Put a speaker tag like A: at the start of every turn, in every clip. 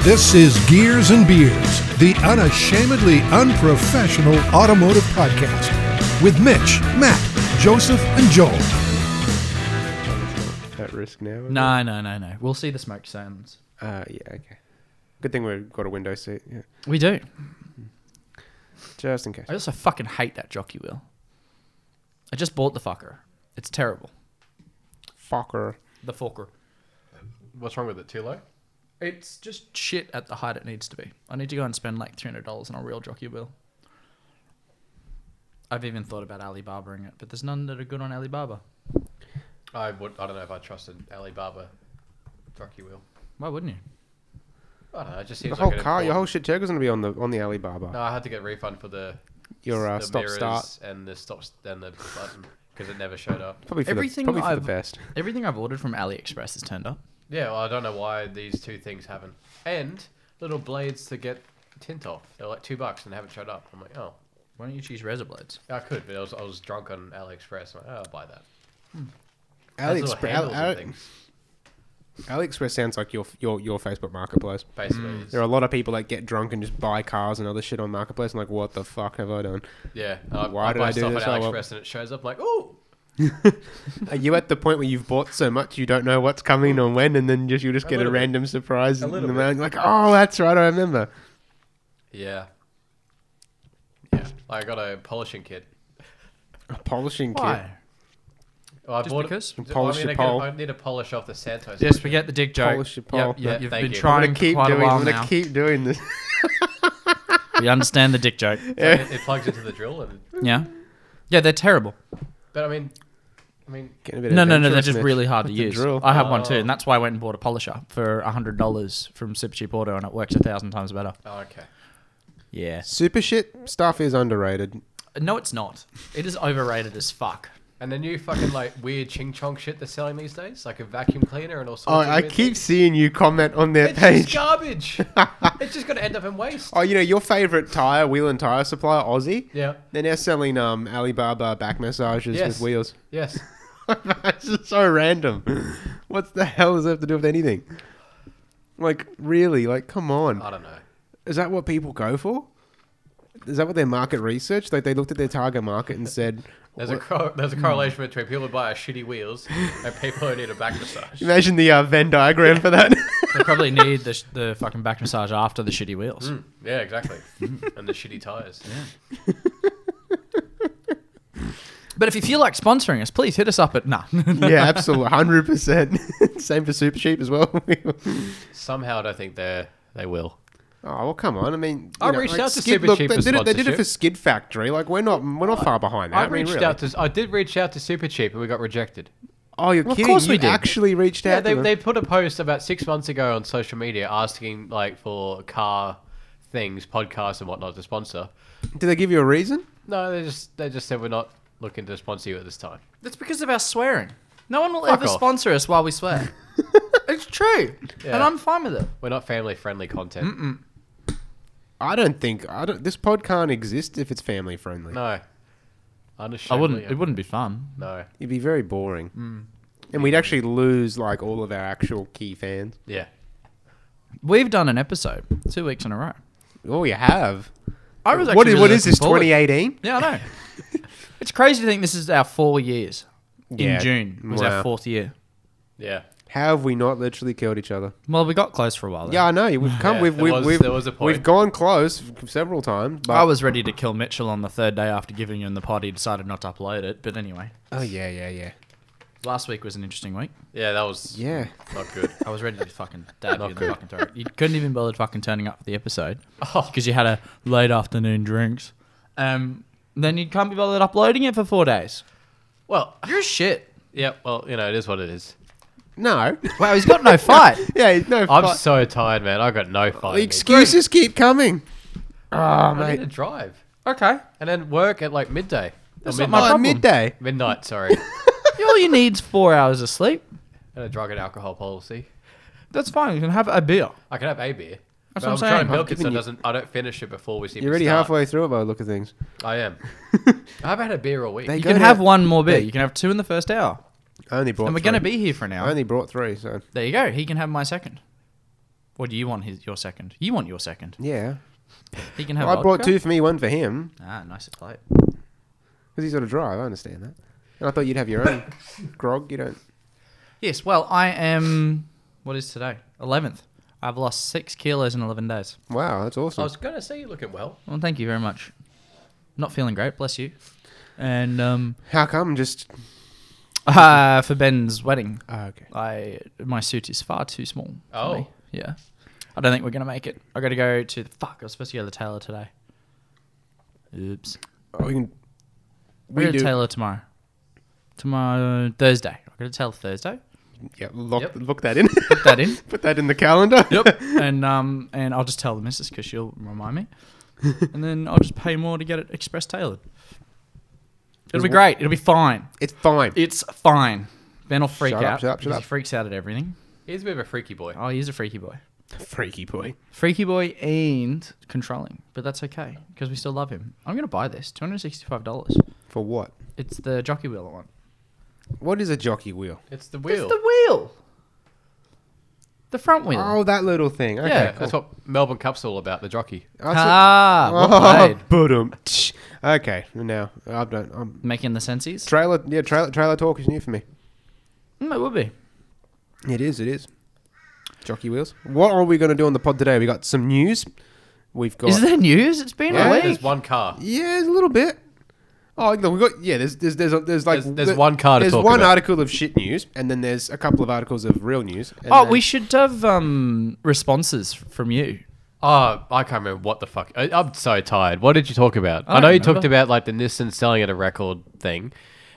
A: This is Gears and Beers, the unashamedly unprofessional automotive podcast with Mitch, Matt, Joseph, and Joel.
B: at risk now. is it?
C: No, no, no, no. We'll see the smoke sounds.
B: Uh, yeah, okay. Good thing we've got a window seat. Yeah,
C: We do.
B: just in case.
C: I also fucking hate that jockey wheel. I just bought the fucker. It's terrible.
B: Fucker.
C: The forker.
D: What's wrong with it? Too low?
C: It's just shit at the height it needs to be. I need to go and spend like three hundred dollars on a real jockey wheel. I've even thought about Alibabaing it, but there's none that are good on Alibaba.
D: I would. I don't know if I trusted Alibaba. Jockey wheel.
C: Why wouldn't you?
D: I don't know. It just
B: The
D: seems
B: whole
D: like an
B: car, your whole
D: important-
B: shit was gonna be on the on the Alibaba.
D: No, I had to get a refund for the
B: your uh,
D: the
B: stop start
D: mirrors and the stop s- and the button because it never showed up.
B: probably for
C: Everything
B: the, probably for
C: I've-
B: the best.
C: Everything I've ordered from AliExpress is turned up.
D: Yeah, well, I don't know why these two things haven't. And little blades to get tint off. They're like two bucks and they haven't showed up. I'm like, oh,
C: Why don't you choose razor blades?
D: I could, but I was, I was drunk on AliExpress. I'm like, oh, I'll buy that. Has little
B: AliExpress,
D: handles
B: Ali,
D: and
B: Ali,
D: things,
B: AliExpress sounds like your your your Facebook marketplace.
D: basically.
B: There are a lot of people that get drunk and just buy cars and other shit on marketplace. And like, what the fuck have I done?
D: yeah, I,
B: Why
D: I
B: did
D: buy
B: I do
D: stuff
B: this?
D: at
B: Oh, well.
D: AliExpress and it shows up. I'm like, oh,
B: Are you at the point where you've bought so much you don't know what's coming or when, and then just you just get a,
D: little bit.
B: random surprise in the
D: little bit.
B: mail? and you're Like, oh, that's right, I remember.
D: yeah, yeah. I got a polishing kit.
B: A polishing kit.
C: Why?
D: Well, I
C: Just
D: bought
C: because?
D: Well,
B: Polish
D: I,
B: your
D: mean, I,
B: pole.
D: get- I need to polish off the Santos.
C: Yes, forget the dick joke.
B: Polish your pole.
C: Yep, yep,
D: Yeah,
C: you've
D: thank
C: been
D: you. I'm
B: I'm
C: trying
B: gonna keep
C: for quite
B: doing.
C: a while
B: I'm
C: now.
B: gonna keep doing this.
C: We understand the dick joke.
D: Like, it, it plugs into the drill, and
C: Yeah. Yeah, they're terrible.
D: but I mean, I mean,
B: Getting a bit
C: No, no, no, they're
B: adventurous,
C: just
B: Mitch.
C: really hard to
B: With the
C: use.
B: drill.
C: I have one too,
D: Oh.
C: and that's why I went and bought a polisher for hundred dollars from Super Cheap Auto, and it works a thousand times better.
D: oh, okay.
C: Yeah.
B: Super shit stuff is underrated.
C: No, it's not. It is overrated as fuck.
D: And the new fucking like weird ching chong shit they're selling these days, like a vacuum cleaner and all sorts.
B: Oh,
D: of
B: I
D: weird
B: keep
D: things.
B: seeing you comment on their
D: It's just
B: page.
D: garbage. it's just gonna end up in waste.
B: Oh, you know your favorite tire wheel and tire supplier, Aussie.
D: Yeah.
B: They're now selling um Alibaba back massages
D: Yes.
B: with wheels.
D: Yes.
B: it's just so random. What the hell does that have to do with anything? Like really? Like come
C: Uh,
D: I
B: on?
D: don't know.
B: Is that what people go for? Is that what their market research? Like they looked at their target market and said,
D: There's a cor-
B: Hmm.
D: there's a correlation between people who buy shitty wheels and people who need a back massage.
B: imagine the uh, Venn diagram for that.
C: They probably need the, sh- the fucking back massage after the shitty wheels.
D: Mm, yeah, exactly. and the shitty tires.
C: But if you feel like sponsoring us, please hit us up at nah.
B: yeah, absolutely, hundred percent. Same for super cheap as well.
D: Somehow, I don't think they they will.
B: Oh well, come on! I mean,
D: I
B: you know,
D: reached out to
B: Skid-
D: Super Cheap
B: they
D: for
B: did, it, they did it
D: sponsorship. Oh,
B: for Skid Factory. Like we're not we're not far behind that.
D: I,
B: mean,
D: reached
B: really.
D: out to I did reach out to Super Cheap and we got rejected.
B: Oh, you're
C: Well, of
B: kidding!
C: course
B: you
C: we did.
B: actually reached
D: Yeah,
B: out.
D: they,
B: to
D: they
B: them.
D: put a post about six months ago on social media asking like for car things, podcasts and whatnot to sponsor.
B: Did they give you a reason?
D: No, they just they just said we're not looking to sponsor you at this time.
C: That's because of our swearing. No one will
D: Fuck
C: ever
D: off.
C: sponsor us while we swear. it's true,
D: Yeah.
C: and I'm fine with it.
D: We're not family friendly content.
B: I don't think I don't. This pod can't exist if it's family friendly.
D: No,
C: I
D: unashamedly.
C: wouldn't. It wouldn't be fun.
D: No,
B: It'd be very boring,
D: Hmm.
B: and we'd actually lose like all of our actual key fans.
D: yeah,
C: We've done an episode two weeks in a row.
B: Oh, you have.
C: I was
B: What
C: actually
B: is what
C: really
B: is this?
C: looking forward.
B: Twenty eighteen?
C: Yeah, I know. it's crazy to think this is our four years.
B: Yeah.
C: In June was
B: Wow.
C: our fourth year.
D: yeah.
B: How have we not literally killed each other?
C: Well, we got close for a while. There.
B: Yeah, I know. We've come.
D: Yeah,
B: we've
D: there
B: we've
D: was-
B: we've,
D: there was a point.
B: we've gone close several times. But
C: I was ready to kill Mitchell on the third day after giving him the pod. He decided not to upload it. But anyway,
B: Oh yeah, yeah, yeah,
C: last week was an interesting week.
D: Yeah, that was
B: yeah.
D: not good.
C: I was ready to fucking dab you
D: Not
C: in the
D: good.
C: fucking throat. You couldn't even bother fucking turning up for the episode
D: Oh.
C: because you had a late afternoon drinks. Um, then you can't be bothered uploading it for four days.
D: Well,
C: You're shit.
D: yeah. Well, you know, it is what it is.
B: No.
C: Wow, he's got no fight.
B: Yeah, no.
D: I'm
B: fu-
D: so tired, man. I got no fun.
B: the excuses keep coming. Oh,
D: I need to
B: mate.
D: drive
C: okay,
D: and then work at like midday. Or
C: That's not
D: midnight.
C: my
B: Oh,
C: problem.
B: midday.
D: midnight, sorry.
C: all you need's four hours of sleep.
D: and a drug and alcohol policy.
C: That's fine. You can have a beer.
D: I can have a beer.
C: That's what
D: but
C: I'm
D: trying
C: saying.
D: to milk it so
B: given
D: it
B: you-
D: doesn't. I don't finish it before we see.
B: You're already halfway through it by the look of things.
D: I am. I haven't had a beer all week.
B: They
C: You
B: go
C: can
B: to-
C: have one more beer. You can have two in the first hour.
B: I only brought.
C: And we're
B: three.
C: going to be here for an
B: I
C: hour.
B: only brought three, so
C: There you go. He can have my second. Or do you want his your second? You want your second.
B: Yeah.
C: He can have.
B: I brought
C: vodka.
B: two for me, one for him,
C: Ah, nice plate.
B: because he's on a drive. I understand that. And I thought you'd have your own grog. You don't.
C: Yes. Well, I am. What is today? Eleventh. I've lost six kilos in eleven days.
B: Wow, that's awesome.
D: I was going to say you're looking well.
C: Well, thank you very much. Not feeling great, bless you. And um,
B: How come? Just.
C: uh, for Ben's wedding,
B: Oh, okay.
C: I my suit is far too small. for
D: Oh.
C: me. yeah. I don't think we're gonna make it. I gotta go to the fuck. I was supposed to go to the tailor today. Oops.
B: Oh, we can.
C: We're
B: We
C: at
B: do.
C: tailor tomorrow. Tomorrow Thursday. I gotta tailor Thursday.
B: Yeah, lock,
D: Yep.
B: look that in.
C: Put that in.
B: Put that in the calendar.
C: yep. And um and I'll just tell the missus because she'll remind me. And then I'll just pay more to get it express tailored. It'll be great. It'll be fine.
B: It's fine.
C: It's fine. Ben will freak
B: Shut up,
C: out.
B: shut up, shut
C: because
B: up.
C: He freaks out at everything.
D: He's a bit of a freaky boy.
C: Oh, he's a freaky boy.
B: Freaky boy.
C: Freaky boy and controlling, but that's okay because we still love him. I'm gonna buy this, two hundred sixty-five dollars.
B: For what?
C: It's the jockey wheel one.
B: What is a jockey wheel?
D: It's the wheel.
C: It's the wheel. The front wheel.
B: Oh, that little thing. Okay,
D: yeah,
B: cool.
D: that's what Melbourne Cup's all about, the jockey.
B: That's what-
C: ah, well
B: Oh,
C: played.
B: boom. Okay, now I'm done. I'm
C: Making the senses.
B: trailer. Yeah, trailer. Trailer talk is new for me.
C: Mm, it would be.
B: It is. It is. Jockey wheels. What are we going to do on the pod today? We got some news. We've got.
C: Is there news? It's been
B: Yeah,
C: a
D: There's
C: week.
D: one car.
B: Yeah, a little bit. Oh, no, we got yeah. There's there's there's there's like
D: There's- there's one car to
B: There's
D: talk
B: one
D: about.
B: article of shit news, and then there's a couple of articles of real news. and
C: Oh,
B: then-
C: we should have um, responses f- from you.
D: Oh, I can't remember what the fuck. I, I'm so tired. What did you talk about? I, know
C: don't
D: you
C: remember.
D: talked about like the Nissan selling at a record thing.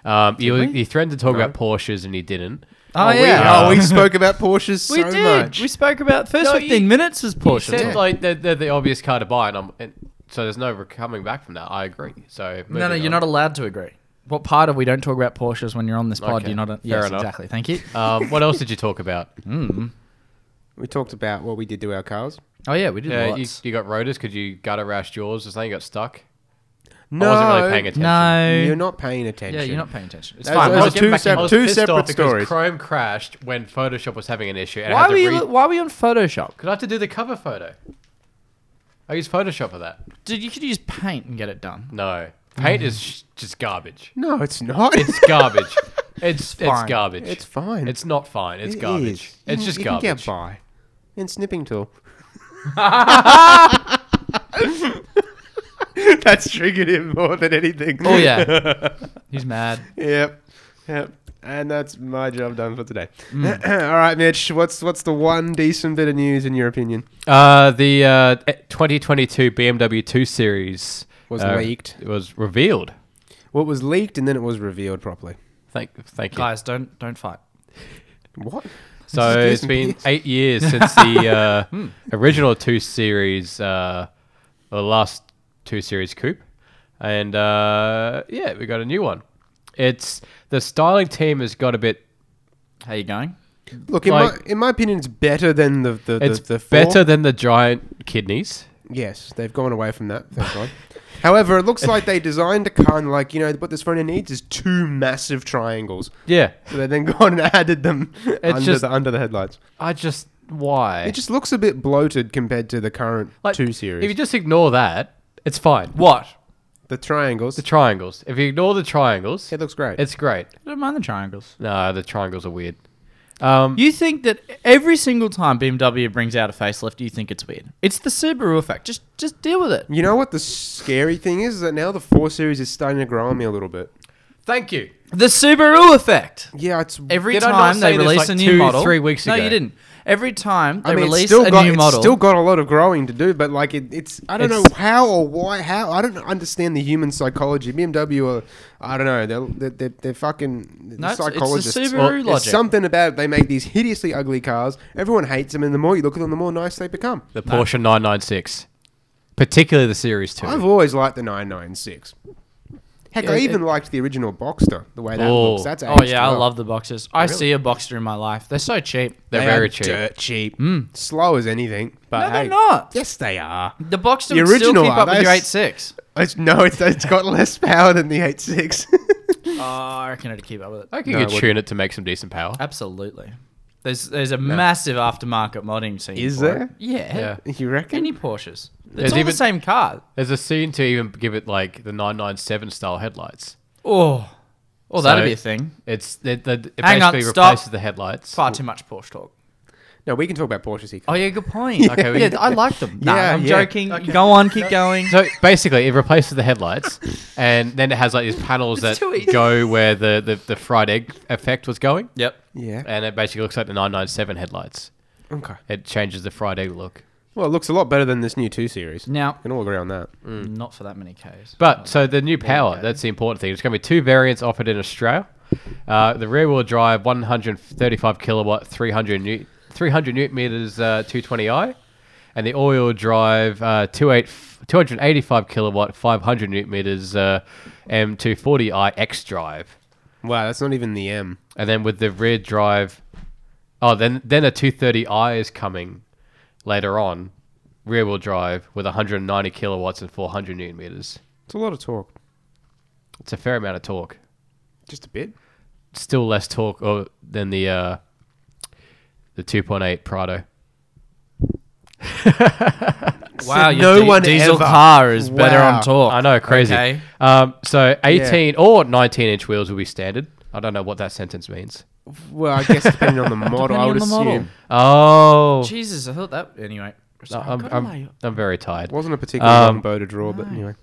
D: Um, you,
C: we?
D: you threatened to talk about Porsches and you didn't.
C: Oh,
B: we,
C: yeah.
B: oh, we spoke about Porsches so
C: we did.
B: much.
C: We spoke about first
D: No, you-
C: fifteen minutes was
D: You
C: Porsche.
D: said
C: talk.
D: like they're, they're the obvious car to buy, and, I'm, and so there's no re- coming back from that. I agree. So
C: No, no, you're not allowed to agree. What part of we don't talk about Porsches when you're on this pod?
D: Okay,
C: You're not. A,
D: fair
C: yes,
D: enough.
C: exactly. Thank you.
D: Um, what else did you talk about?
B: We talked about what we did to our cars.
C: Oh yeah, we did
D: Yeah, you,
C: lots.
D: you got rotors. Could you gutter rashed yours or something? You got stuck.
B: No,
D: I wasn't really paying attention.
C: no.
B: You're not paying attention.
C: yeah, you're not paying attention. It's
B: Those-
C: fine.
B: those
C: we'll
B: are
C: get
B: two
C: back
B: sep-
C: in.
D: I was
B: two
D: pissed
B: separate
D: off because
B: stories.
D: Chrome crashed when Photoshop was having an issue. And I had
C: Why
D: to
C: were you?
D: re-
C: Why were you on Photoshop?
D: Because I have to do the cover photo. I use Photoshop for that.
C: Dude, you could use Paint and get it done.
D: No. Paint is sh- just garbage.
B: No, it's not.
D: It's garbage. it's it's
C: fine.
D: garbage.
B: It's fine.
D: It's not fine. It's
B: It
D: garbage.
B: is. You
D: It's
B: can-
D: just
B: you
D: garbage.
B: Can get by. And snipping tool. That's triggered him more than anything.
C: Oh yeah, he's mad.
B: Yep. Yep. And that's my job done for today.
C: Mm.
B: All right, Mitch. What's what's the one decent bit of news in your opinion?
D: Uh, the uh, 2022 BMW 2 Series
B: Was
D: uh,
B: leaked.
D: It was revealed.
B: What was leaked and then it was revealed properly.
D: Thank, thank you.
C: Guys, don't don't fight.
B: What?
D: So
B: This is
D: it's been
B: decent.
D: eight years since the uh, original two series, uh, or last two series coupe, and uh, yeah, we got a new one. It's the styling team has got a bit.
C: How you going?
B: Look, in,
D: like-
B: my, in my opinion, it's better than the the,
D: It's
B: the, the four.
D: better than the giant kidneys.
B: Yes, they've gone away from that. Thank God. However, it looks like they designed a car and like you know what this Renault needs is two massive triangles.
D: Yeah,
B: So they then gone and added them under
D: just-
B: the under the headlights.
D: I just why
B: It just looks a bit bloated compared to the current two
D: If
B: series.
D: you just ignore that, it's fine.
C: What?
B: the triangles.
D: The triangles. If you ignore the triangles,
B: it looks great.
D: it's great.
C: I don't mind the triangles.
D: No, the triangles are weird. Um,
C: You think that every single time BMW brings out a facelift, you think it's weird. It's the Subaru effect. Just just deal with it.
B: you know what the scary thing is? Is that now the four series is starting to grow on me a little bit.
D: thank you.
C: The Subaru effect.
B: Yeah, it's
C: Every
D: Did I not
C: time
D: say
C: they
D: this,
C: release
D: like,
C: a new
D: two,
C: model,
D: three weeks
C: no,
D: ago?
C: you didn't. Every time they
B: I mean,
C: release
B: it's still
C: a
B: got
C: new
B: it's
C: model,
B: still got a lot of growing to do, but like it, it's I don't know
D: It's-
B: how or why how I don't understand the human psychology. BMW are I don't know they're they're, they're, they're fucking they're
C: No, it's- it's the
B: psychologists.
C: Subaru
B: there's
C: logic.
B: something about it. they make these hideously ugly cars. Everyone hates them, and the more you look at them, the more nice they become.
D: The Porsche 996, particularly the Series 2.
B: I've always liked the 996. Heck,
C: Yeah,
B: I
C: it-
B: even liked the original Boxster. The way that
D: Oh.
B: looks, that's
C: oh
B: aged
C: yeah, I
B: well.
C: love the boxers. I see a boxer in my life. They're so cheap.
D: They're
B: They
D: very
B: are
D: cheap.
B: dirt cheap, slow as anything. But
C: Mm. no,
B: hey.
C: they're not.
B: Yes, they are.
C: The boxer
B: The
C: would still
B: original
C: keep
B: are.
C: up with
B: They're
C: your
B: s-
C: 86.
B: It's, no, it's, it's got less power than the 86.
C: Oh, I reckon it'd keep up with it.
D: I think
B: No,
D: you
B: it
D: could
B: wouldn't.
D: tune it to make some decent power.
C: Absolutely. There's there's a massive aftermarket modding scene.
B: Is
C: for it.
B: there?
C: Yeah.
D: Yeah.
B: You reckon?
C: Any Porsches.
D: There's
C: It's all
D: even-
C: the same car.
D: There's a scene to even give it like the 997 style headlights.
C: Oh. Well,
D: So-
C: that'd be a thing.
D: It's it, it, it
C: Hang on,
D: basically
C: stop.
D: replaces the headlights.
C: Far too much Porsche talk.
B: no, we can talk about Porsches here.
C: Oh yeah, good point.
D: Okay, we-
C: yeah, I like them. Nah,
B: Yeah,
C: I'm
B: yeah.
C: joking. Go on, keep going.
D: So basically, it replaces the headlights, and then it has like these panels that
C: It's too easy.
D: go where the, the, the fried egg effect was going,
C: Yep.
B: Yeah.
D: and it basically looks like the 997 headlights.
B: Okay.
D: It changes the fried egg look.
B: Well, it looks a lot better than this new two series.
C: Now,
B: We can all agree on that. Mm.
C: not for that many Ks.
D: But so the new power,
C: go.
D: that's the important thing. There's going to be two variants offered in Australia. Uh, the rear wheel drive, 135 kilowatt, 300 newt, 300 newt meters, uh, 220i. And the all wheel drive, uh, 28 285 kilowatt, 500 newt meters, uh, M240i X drive.
B: Wow, that's not even the M.
D: And then with the rear drive, oh, then then a 230i is coming later on, rear wheel drive with 190 kilowatts and 400 newton meters.
B: It's a lot of talk.
D: It's a fair amount of torque.
B: Just a bit.
D: Still less torque or, than the uh, the 2.8 Prado.
C: Wow, your
B: no
C: di-
B: one
C: diesel
B: ever.
C: car is better
B: Wow.
C: on torque.
D: I know, crazy.
C: Okay.
D: Um, so 18 or 19 inch wheels will be standard. I don't know what that sentence means.
B: Well, I guess depending on the model, I
C: Depending
B: would
C: on the model.
B: assume.
D: Oh,
C: Jesus, I thought that. Anyway,
D: No,
C: I'm,
D: I'm, I'm, I'm very tired.
B: Wasn't a particularly
D: Um,
B: long bow to draw, but anyway.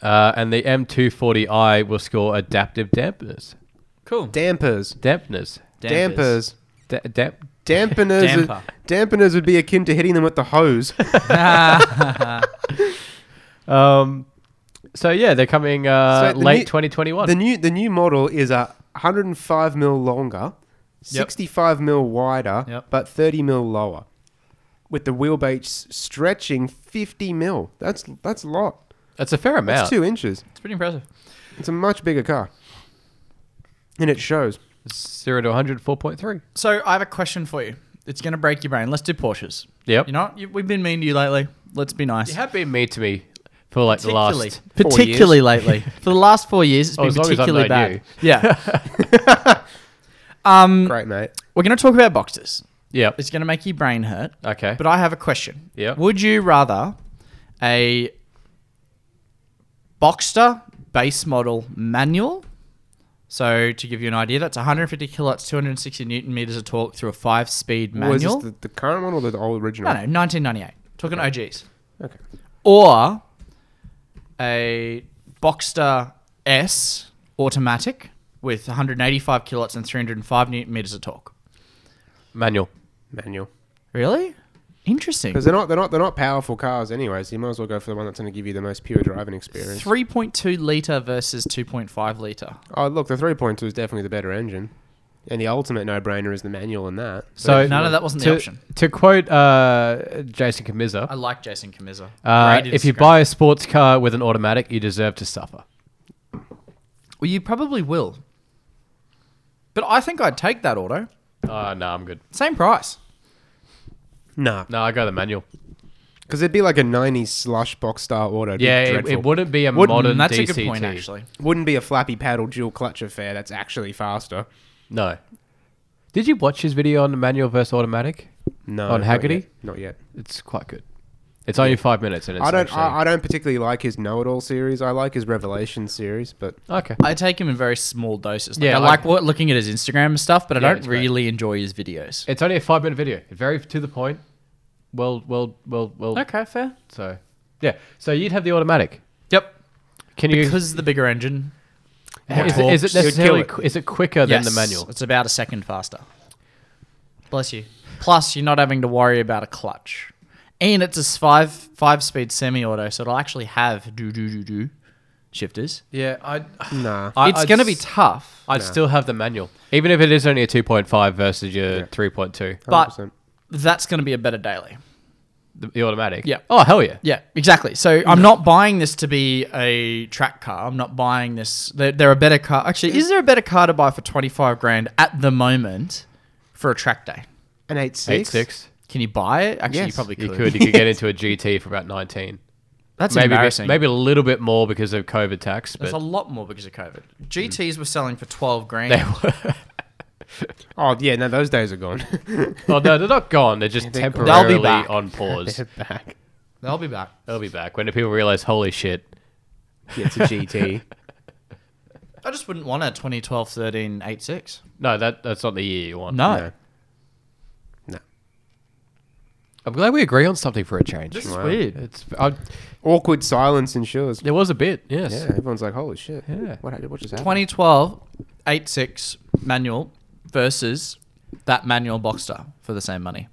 D: Uh, and the M240i will score adaptive dampeners.
C: cool.
B: Dampers.
D: Dampeners.
B: Dampers.
D: Da- damp-
B: Dampeners.
C: Damper.
B: dampeners would be akin to hitting them with the hose.
D: um, so yeah, they're coming uh,
B: So the
D: late
B: new-
D: 2021.
B: the new the new model is a 105 mil longer, 65 mil wider,
C: Yep.
B: but 30 mil lower, with the wheelbase stretching 50 mil. That's that's a lot.
D: That's a fair
B: That's
D: amount.
B: two inches.
C: It's pretty impressive.
B: It's a much bigger car, and it shows.
D: Zero to 100, 4.3.
C: So I have a question for you. It's gonna break your brain. Let's do Porsches.
D: Yep.
C: You know, what? You- we've been mean to you lately. Let's be nice.
D: You have been mean to me for like the
C: particularly,
D: last.
C: particularly lately. For the last four years, it's
D: Oh,
C: been
D: as long as I've
C: particularly
D: known
C: bad.
D: you.
C: Yeah. um,
B: Great, mate.
C: we're gonna talk about boxes.
D: Yep.
C: It's gonna make your brain hurt.
D: Okay.
C: But I have a question.
D: Yeah.
C: Would you rather a Boxster base model manual? So to give you an idea, that's 150 kilowatts, 260 newton meters of torque through a five-speed
B: Was this
C: manual.
B: the, the current one or the old
C: No,
B: original?
C: no, 1998. Talking OGs.
B: Okay.
C: Or a Boxster S automatic with 185 kilowatts and 305 newton meters of torque.
D: Manual.
B: Manual.
C: Really? Interesting.
B: Because they're not they're not they're not powerful cars anyway, so you might as well go for the one that's going to give you the most pure driving experience.
C: 3.2 liter versus 2.5 liter.
B: Oh, look, the 3.2 is definitely the better engine. And the ultimate no brainer is the manual in that.
D: So
C: none of that wasn't the
D: to,
C: option.
D: To quote uh, Jason Kamiza,
C: I like Jason Kamiza.
D: uh,
C: Great
D: if you
C: Instagram.
D: buy a sports car with an automatic, you deserve to suffer.
C: well, you probably will. But I think I'd take that auto.
D: Uh, no, I'm good.
C: Same price.
B: Nah.
D: No, I go the manual.
B: Because it'd be like a 90s slush box star auto. It'd be
D: Yeah, it,
B: dreadful.
D: it wouldn't be a
B: Wouldn't-
D: modern
C: Mm, that's
D: DCT.
C: a good point, actually.
B: Wouldn't be a flappy paddle dual clutch affair that's actually faster.
D: No. Did you watch his video on the manual versus automatic?
B: No.
D: On
B: not
D: Haggerty?
B: yet. Not yet.
D: It's quite good. It's only five minutes, and it's
B: I don't
D: actually-
B: I, I don't particularly like his know it all series. I like his Revelation series, but
D: okay.
C: I take him in very small doses. Like,
D: Yeah,
C: I
D: like-
C: like what, looking at his Instagram and stuff, but I
D: Yeah, it's
C: don't
D: great.
C: really enjoy his videos.
D: It's only a five minute video. Very to the point. Well, well, well, well.
C: Okay, fair.
D: So, yeah. So you'd have the automatic.
C: Yep.
D: Can you?
C: Because of the bigger engine. more
D: is,
C: torques.
D: it- is
C: It
D: it
C: would
D: necessarily?
B: kill it.
D: qu- Is it quicker
C: Yes,
D: than the manual?
C: It's about a second faster. Bless you. Plus, you're not having to worry about a clutch, and it's a five five speed semi auto, so it'll actually have do do do do shifters.
D: Yeah, I.
B: nah.
D: I
C: it's
D: I'd
C: going to
D: s-
C: be tough,
D: I'd still have the manual, even if it is only a two point five versus your three point two.
C: but
B: 100%.
C: that's going to be a better daily.
D: The, the automatic.
C: Yeah.
D: Oh hell yeah.
C: Yeah, exactly. So I'm not buying this to be a track car. I'm not buying this. There, there are better car. Actually, is there a better car to buy for twenty five grand at the moment for a track day?
B: an 8.6.
D: Eight six.
C: Can you buy it? Actually, you
B: Yes.
C: probably
D: You
C: could.
D: could. You could get into a GT for about nineteen.
C: That's
D: maybe a bit-
C: embarrassing.
D: maybe a little bit more because of COVID tax,
C: There's
D: but
C: Mm. a lot more because of COVID. GTs were selling for 12 grand.
D: they were.
B: Oh yeah, no, those days are gone.
D: oh no, they're not gone. They're just
B: They're gone.
C: They'll be
D: temporarily
C: back.
D: on pause.
B: back.
C: They'll be back.
D: They'll be back when the people realize, holy shit,
B: Yeah, it's a GT.
C: I just wouldn't want a 2012 13 86.
D: no, that that's not the year you want.
C: No.
B: no. No.
D: I'm glad we agree on something for a change.
C: This is weird.
D: It's I,
B: Awkward silence ensures.
D: there was a bit, yes.
B: Yeah, everyone's like, holy shit.
D: Yeah.
B: What, hap- what just happened?
C: 2012 86 manual versus that manual Boxster for the same money.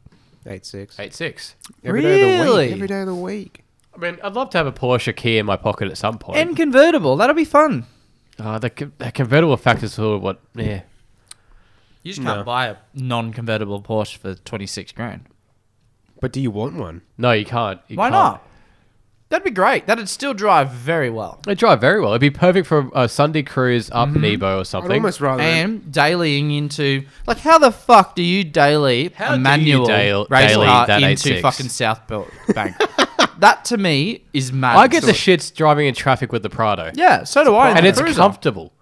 B: 8.6.
D: Eight six.
B: Every day of the
C: Really?
B: week. Every day of the week.
D: I mean, I'd love to have a Porsche key in my pocket at some point.
C: And convertible. That'll be fun.
D: Uh, the, co- the convertible factors for what? Yeah,
C: You just can't
B: No.
C: buy a non convertible Porsche for 26 grand.
B: But do you want one?
D: no, you can't. You
C: Why
D: can't.
C: not? That'd be great. That'd still drive very well.
D: They drive very well. It'd be perfect for a Sunday cruise up
B: Mm-hmm.
D: Nebo or
B: I'd
D: something.
B: almost rather.
C: And dailying into like how the fuck do you daily
D: How
C: a
D: do you
C: manual
D: dail-
C: race
D: daily
C: car
D: that
C: into
D: 86?
C: fucking South Belt Bank? that to me is mad.
D: I get the shits driving in traffic with the Prado.
C: yeah, so do I. in
D: and
C: the
D: it's
C: Cruiser.
D: comfortable.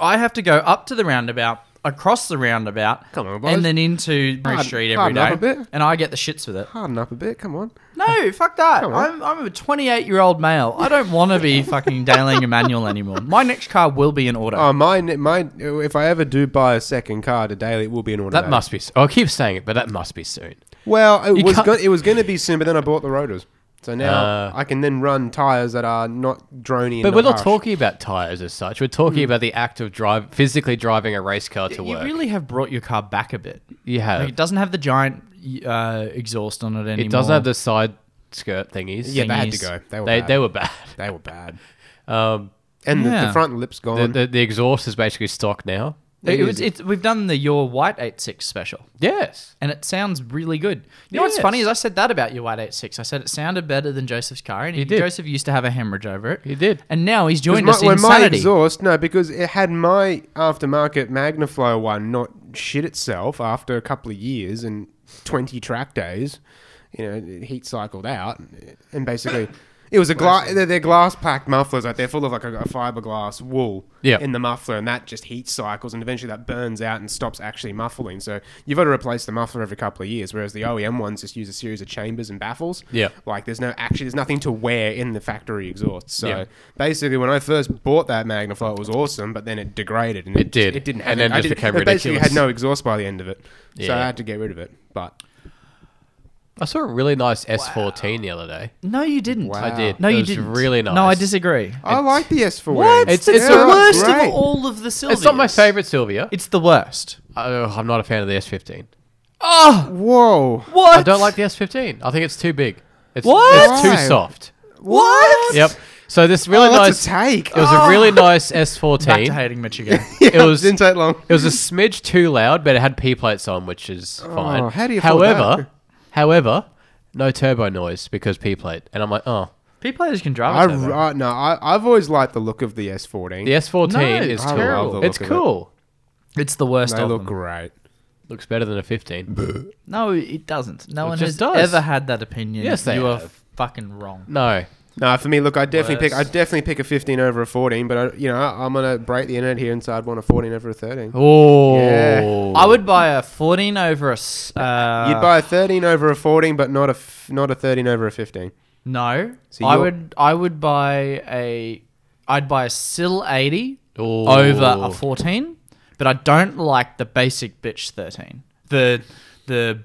C: I have to go up to the roundabout, across the roundabout,
B: Come on, boys.
C: and then into Murray
B: Hard-
C: Street
B: harden
C: every day.
B: up a bit.
C: And I get the shits with it.
B: Harden up a bit. Come on.
C: No, fuck that.
B: Come
C: I'm,
B: on.
C: I'm a 28 year old male. I don't want to be fucking dailying a manual anymore. My next car will be an auto.
B: Oh, mine, mine. If I ever do buy a second car to daily, it will be an automatic.
D: That must be. s- Oh, I keep saying it, but that must be soon.
B: Well, it
D: You
B: was
D: can't-
B: go- it was going to be soon, but then I bought the rotors, so now
D: Uh.
B: I can then run tires that are not drony.
D: But
B: and
D: we're not
B: harsh.
D: talking about tires as such. We're talking
B: Mm.
D: about the act of drive, physically driving a race car to
C: you
D: work.
C: really have brought your car back a bit.
D: you
C: Like,
D: have.
C: it doesn't have the giant uh, exhaust on it anymore.
D: it doesn't have the side skirt thingies.
B: Yeah, they had to
C: thingies.
B: go. They were
D: they,
B: bad.
D: they were bad.
B: They were bad.
D: Um,
B: And the,
C: Yeah.
B: the front lip's
D: the,
B: gone.
D: the, the exhaust is basically stock now.
C: It,
B: It
C: was,
B: is.
C: it's, we've done the Your White 86 special.
D: Yes.
C: and it sounds really good. You know what's
D: Yes.
C: funny is I said that about your white eight six. I said it sounded better than Joseph's car, and he
D: did.
C: Joseph used to have a hemorrhage over it.
D: He did.
C: and now he's
B: 'Cause
C: joined
B: my,
C: us in
B: when my
C: sanity.
B: exhaust, no, because it had my aftermarket Magnaflow one not shit itself after a couple of years and twenty track days. You know, it heat cycled out, and basically. It was a glass. They're, they're glass-packed mufflers. Like they're full of like a, a fiberglass wool
D: Yeah.
B: in the muffler, and that just heat cycles, and eventually that burns out and stops actually muffling. So you've got to replace the muffler every couple of years. Whereas the OEM ones just use a series of chambers and baffles.
D: Yeah.
B: Like there's no actually there's nothing to wear in the factory exhaust. So
D: Yeah.
B: basically, when I first bought that Magnaflow, it was awesome, but then it degraded and
D: It did.
B: It didn't have
D: And
B: it.
D: then
B: I
D: just
B: didn't-
D: became
B: it basically
D: ridiculous.
B: had no exhaust by the end of it, so
D: Yeah.
B: I had to get rid of it. But
D: I saw a really nice S14 the other day.
C: No, you didn't.
B: Wow.
D: I did.
C: No,
D: It
C: you
D: was
C: didn't.
D: really nice.
C: No, I disagree.
B: I like the S4.
C: what? It's,
D: It's- it's
C: the
D: alright.
C: worst
B: Great.
C: of all of the Silvias.
D: It's not my favorite Sylvia.
C: It's the worst.
D: Oh, I'm not a fan of the S15.
C: Oh,
B: Whoa!
C: what?
D: I don't like the S15. I think it's too big. It's,
C: What?
D: It's too
B: Why?
D: soft.
C: what?
D: Yep. So this really
B: oh,
D: nice.
B: that's a take. Oh.
D: It was a really nice S14.
C: Back to hating Michigan.
D: It was
B: didn't take long.
D: It was a smidge too loud, but it had P plates on, which is fine.
B: Oh, how do you afford
D: however,
B: that?
D: however, no turbo noise because P plate. And I'm like, oh,
C: P players can
B: I,
C: drive. it.
B: I no, I, I've always liked the look of the S14.
D: the S14
C: No,
D: is
C: I
D: cool.
C: love
B: the look
D: it's
B: of it.
D: cool.
C: It's the worst
B: they
C: of
B: look
C: them.
B: great.
D: Looks better than a 15.
C: No, it doesn't. No
D: It
C: one
D: just
C: has
D: does.
C: ever had that opinion.
D: Yes, they
C: you are
D: have.
C: fucking wrong.
D: no,
B: No, for me, look, I definitely pick. I
C: Worse.
B: definitely pick a 15 over a 14, but I, you know, I'm gonna break the internet here and say I'd want a 14 over a 13.
D: Oh,
B: Yeah.
C: I would buy a 14 over a. s- Uh,
B: You'd buy a 13 over a 14, but not a f- not a 13 over a 15.
C: No.
B: So
C: I
B: you're-
C: would. I would buy a. I'd buy a Sil 80
D: Ooh.
C: over a 14, but I don't like the basic bitch 13. The the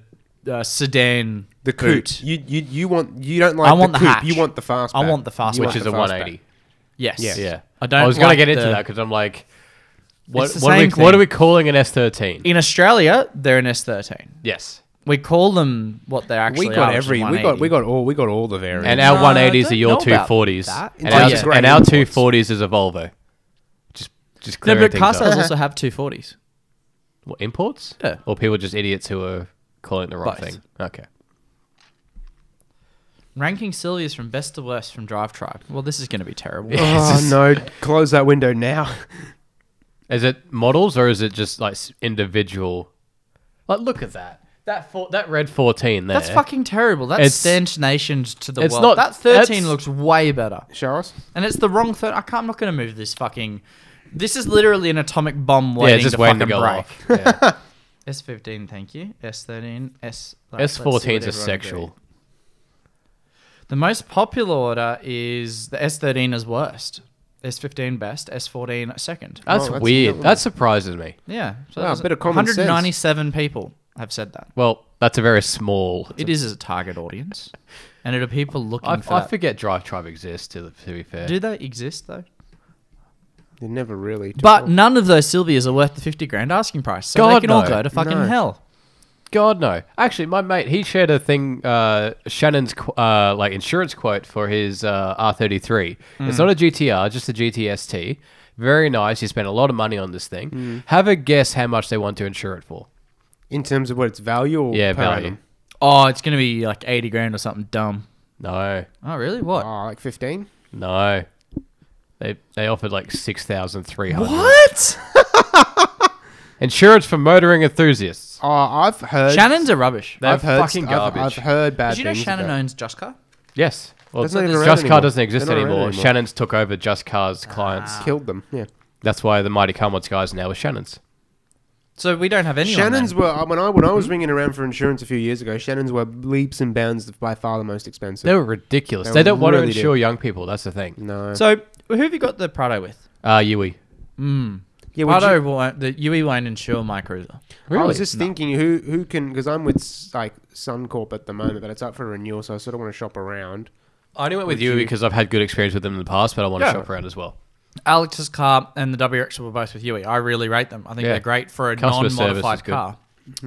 C: uh, sedan.
B: The coupe.
C: boot.
B: You, you you want you don't like
C: I want
B: the
C: the
B: coupe.
C: hatch.
B: You want the fast.
C: I want the fastback.
D: which is a 180.
C: Yes.
B: Yeah.
D: Yeah,
C: I don't.
D: I was gonna
C: like
D: get into
C: the-
D: that because I'm like, what?
C: the
D: What are, we,
C: same
D: what
C: thing.
D: are we calling an S13?
C: In Australia, they're an S13.
D: yes,
C: We call them what they actually
B: We
C: are.
B: got
C: which is
B: every. We got
C: 180.
B: we got all we got all the variants.
D: and our
C: No,
D: 180s are
C: don't
D: your
C: know about
D: 240s,
C: that.
D: and
B: Oh,
D: our,
B: yeah.
D: and our
B: Great
D: 240s is a Volvo. Just, just
C: No,
D: clearing
C: but
D: things
C: car
D: up.
C: sales also have 240s.
D: What, imports?
C: Yeah.
D: Or people just idiots who are calling it the wrong
C: Both.
D: thing. Okay.
C: Ranking Sylvia's from best to worst from Drive Tribe. Well, this is going to be terrible.
B: Oh no! Close that window now.
D: Is it models or is it just like s- individual? Like, look at that. That four, that red 14 there.
C: That's fucking terrible. That's
D: It's-
C: stanch nations to the
D: it's
C: world.
D: not-
C: that 13
D: that's-
C: looks way better.
B: Show us.
C: And it's the wrong 13. I can't, I'm not going to move this fucking This is literally an atomic bomb
D: yeah,
C: waiting
D: it's just
C: to
D: waiting
C: fucking
D: to go
C: break.
D: off. Yeah.
C: S15, thank you. S13, S. like, let's see what
D: S14 is
C: everyone
D: sexual.
C: agreed. The most popular order is the S13 is worst. S15 best, S14 second.
D: That's
B: that's
D: weird.
B: another
D: That surprises me.
C: Yeah. So
B: Wow,
C: that's-
B: a bit of common sense.
C: 197 people have said that.
D: Well, that's a very small.
C: It is a target audience. And it are people looking
D: I,
C: for
D: I
C: that.
D: forget Drive Tribe exists. To, to be fair,
C: Do they exist though?
B: They never really. took
C: But
B: off.
C: none of those Sylvias are worth the 50 grand asking price. So they
D: God,
C: can all
D: no.
C: go to fucking
B: No.
C: hell.
D: God no. Actually, my mate he shared a thing. Uh, Shannon's qu- uh, like insurance quote for his uh, R33. It's not a GTR, just a GTST. Very nice. He spent a lot of money on this thing. Have a guess how much they want to insure it for?
B: in terms of what its value, or
D: Yeah,
B: per
D: value.
B: annum?
C: Oh, it's going to be like 80 grand or something dumb.
D: No,
C: Oh, really? What?
B: Oh, like fifteen.
D: no. They they offered like six thousand three hundred.
C: What?
D: Insurance for motoring enthusiasts.
B: Oh, I've heard.
C: Shannon's are rubbish.
D: They're
B: I've heard.
D: fucking
B: I've-
D: garbage.
B: I've, heard bad
C: Did you know
B: things
C: Shannon
B: about-
C: owns Just Car?
D: Yes. Well,
B: That's not even around
D: Just Car
B: anymore.
D: doesn't exist
B: They're not around
D: anymore.
B: anymore. Ah.
D: Shannon's took over Just Car's clients.
B: killed them. Yeah.
D: That's why the Mighty Car Mods guys now are Shannon's.
C: So we don't have any.
B: Shannon's were uh, when I when I was ringing around for insurance a few years ago. Shannon's were leaps and bounds by far the most expensive.
D: They were ridiculous.
B: They
D: They,
B: were
D: don't want to
B: really
D: insure
B: did.
D: young people. That's the thing.
B: no.
C: So who have you got the Prado with?
D: Uh, Yui.
B: yeah, would
C: Prado
B: you-
C: won't. The UE won't insure my cruiser.
B: I was just thinking who who can because I'm with s- like Suncorp at the moment, but it's up for renewal, so I sort of want to shop around.
D: I only went with Yui because I've had good experience with them in the past, but I want to shop around as well.
C: Alex's car and the WX were both with UE. I really rate them. I think
D: Yeah.
C: they're great for a
D: Customer service is
C: non-modified
D: good.
C: car.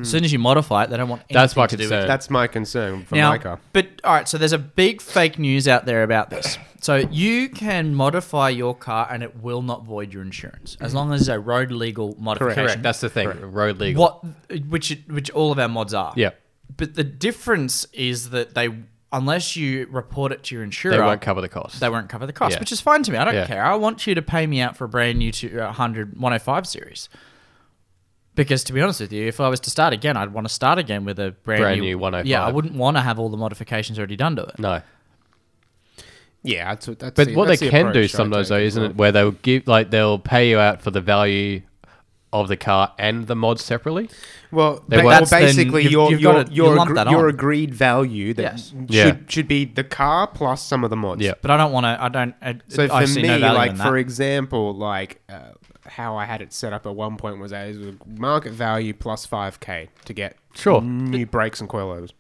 C: As soon as you modify it, they don't want anything
D: That's my
C: to do with
D: concern.
C: it.
B: That's my concern for my car.
C: But all right, so there's a big fake news out there about this. So you can modify your car and it will not void your insurance as long as it's a road legal modification.
D: Correct. That's the thing. Road legal.
C: what which it- which all of our mods are.
D: Yeah.
C: But the difference is that they unless you report it to your insurer,
D: They won't cover the cost.
C: they won't cover the cost,
D: Yeah.
C: which is fine to me. I don't
D: Yeah.
C: care. I want you to pay me out for a brand new to uh, 100 105 series. Because to be honest with you, if I was to start again, I'd want to start again with a brand,
D: Brand
C: new,
D: new 105.
C: Yeah, I wouldn't want to have all the modifications already done to it.
D: no.
B: Yeah, that's what that's.
D: But
B: the-
D: what they
B: that's the
D: can do
B: approach I
D: sometimes though,
B: take as
D: isn't
B: well.
D: it, where they'll give like they'll pay you out for the value of the car and the mod separately.
B: Well, ba-
D: They won't-
B: well,
D: That's
C: then-
B: basically
C: you've-
B: your
C: you've
B: your
C: gotta- you
B: your,
C: lump
B: agre-
C: that
B: your
C: on.
B: agreed value that
C: Yes.
B: should
D: Yeah.
B: should be the car plus some of the mods.
D: Yeah.
C: But I don't want to. I don't. I,
B: So
C: I
B: for
C: see
B: me,
C: no value
B: like
C: in
B: for
C: that.
B: example, like uh, how I had it set up at one point was that it was market value plus five k to get
D: Sure.
B: new brakes and coilovers.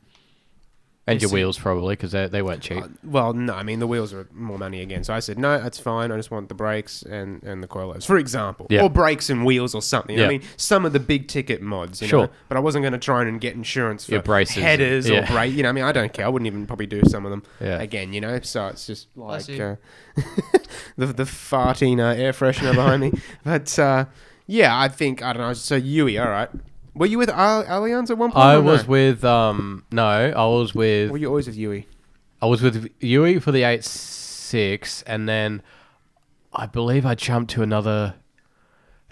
D: And your
C: see.
D: wheels probably because they, they weren't
B: Uh,
D: cheap.
B: Well, no, I mean the wheels are more money again. So I said, no, that's fine. I just want the brakes and, and the coilovers, for example,
D: Yeah.
B: or brakes and wheels or something.
D: Yeah.
B: I mean, some of the big ticket mods, you
D: Sure.
B: know. But I wasn't going to try and get insurance for
D: Your braces and-
B: headers
D: yeah.
B: or brake. You know, I mean, I don't care. I wouldn't even probably do some of them
D: Yeah.
B: again. You know, so it's just
C: Bless
B: like
C: you.
B: uh, the the farting uh, air freshener behind me. But uh, yeah, I think I don't know. So Yui, all right. Were you with Al- Allianz at one point?
D: I
B: or no?
D: was with um no, I was with
B: Were you always with Yui?
D: I was with Yui for the eight six, and then I believe I jumped to another.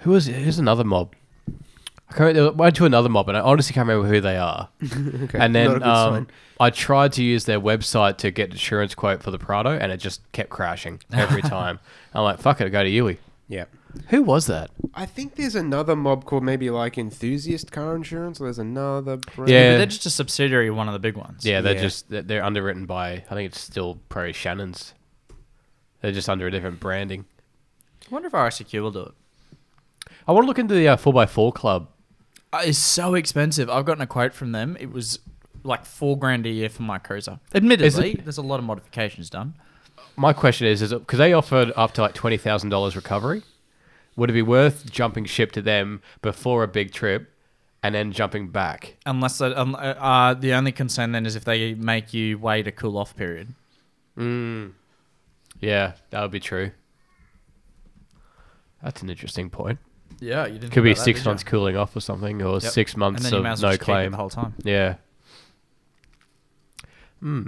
D: Who was who's another mob? I can't, I went to another mob, and I honestly can't remember who they are.
B: not
D: and
B: a
D: then
B: good
D: um,
B: sign.
D: I tried to use their website to get insurance quote for the Prado, and it just kept crashing every time. I'm like, fuck it, go to Yui.
B: Yeah.
D: Who was that?
B: I think there's another mob called maybe like enthusiast car insurance. Or there's another brand.
C: But
D: Yeah.
C: they're just a subsidiary of one of the big ones.
D: Yeah, they're
B: Yeah.
D: just they're- they're underwritten by. I think it's still probably Shannon's. They're just under a different branding.
C: I wonder if RSQ will do it.
D: I want to look into the uh, 4x4 club
C: Uh, It's so expensive. I've gotten a quote from them. It was like four grand a year for my cruiser. Admittedly, there's a lot of modifications done.
D: My question is, is because they offered up to like twenty thousand dollars recovery, would it be worth jumping ship to them before a big trip, and then jumping back?
C: Unless they, um, uh, uh, the only concern then is if they make you wait a cool off period.
D: Yeah, that would be true. That's an interesting point.
C: Yeah, you didn't.
D: Could be six months cooling off or something, or six months of no claim.
C: the whole time.
D: yeah. Hmm.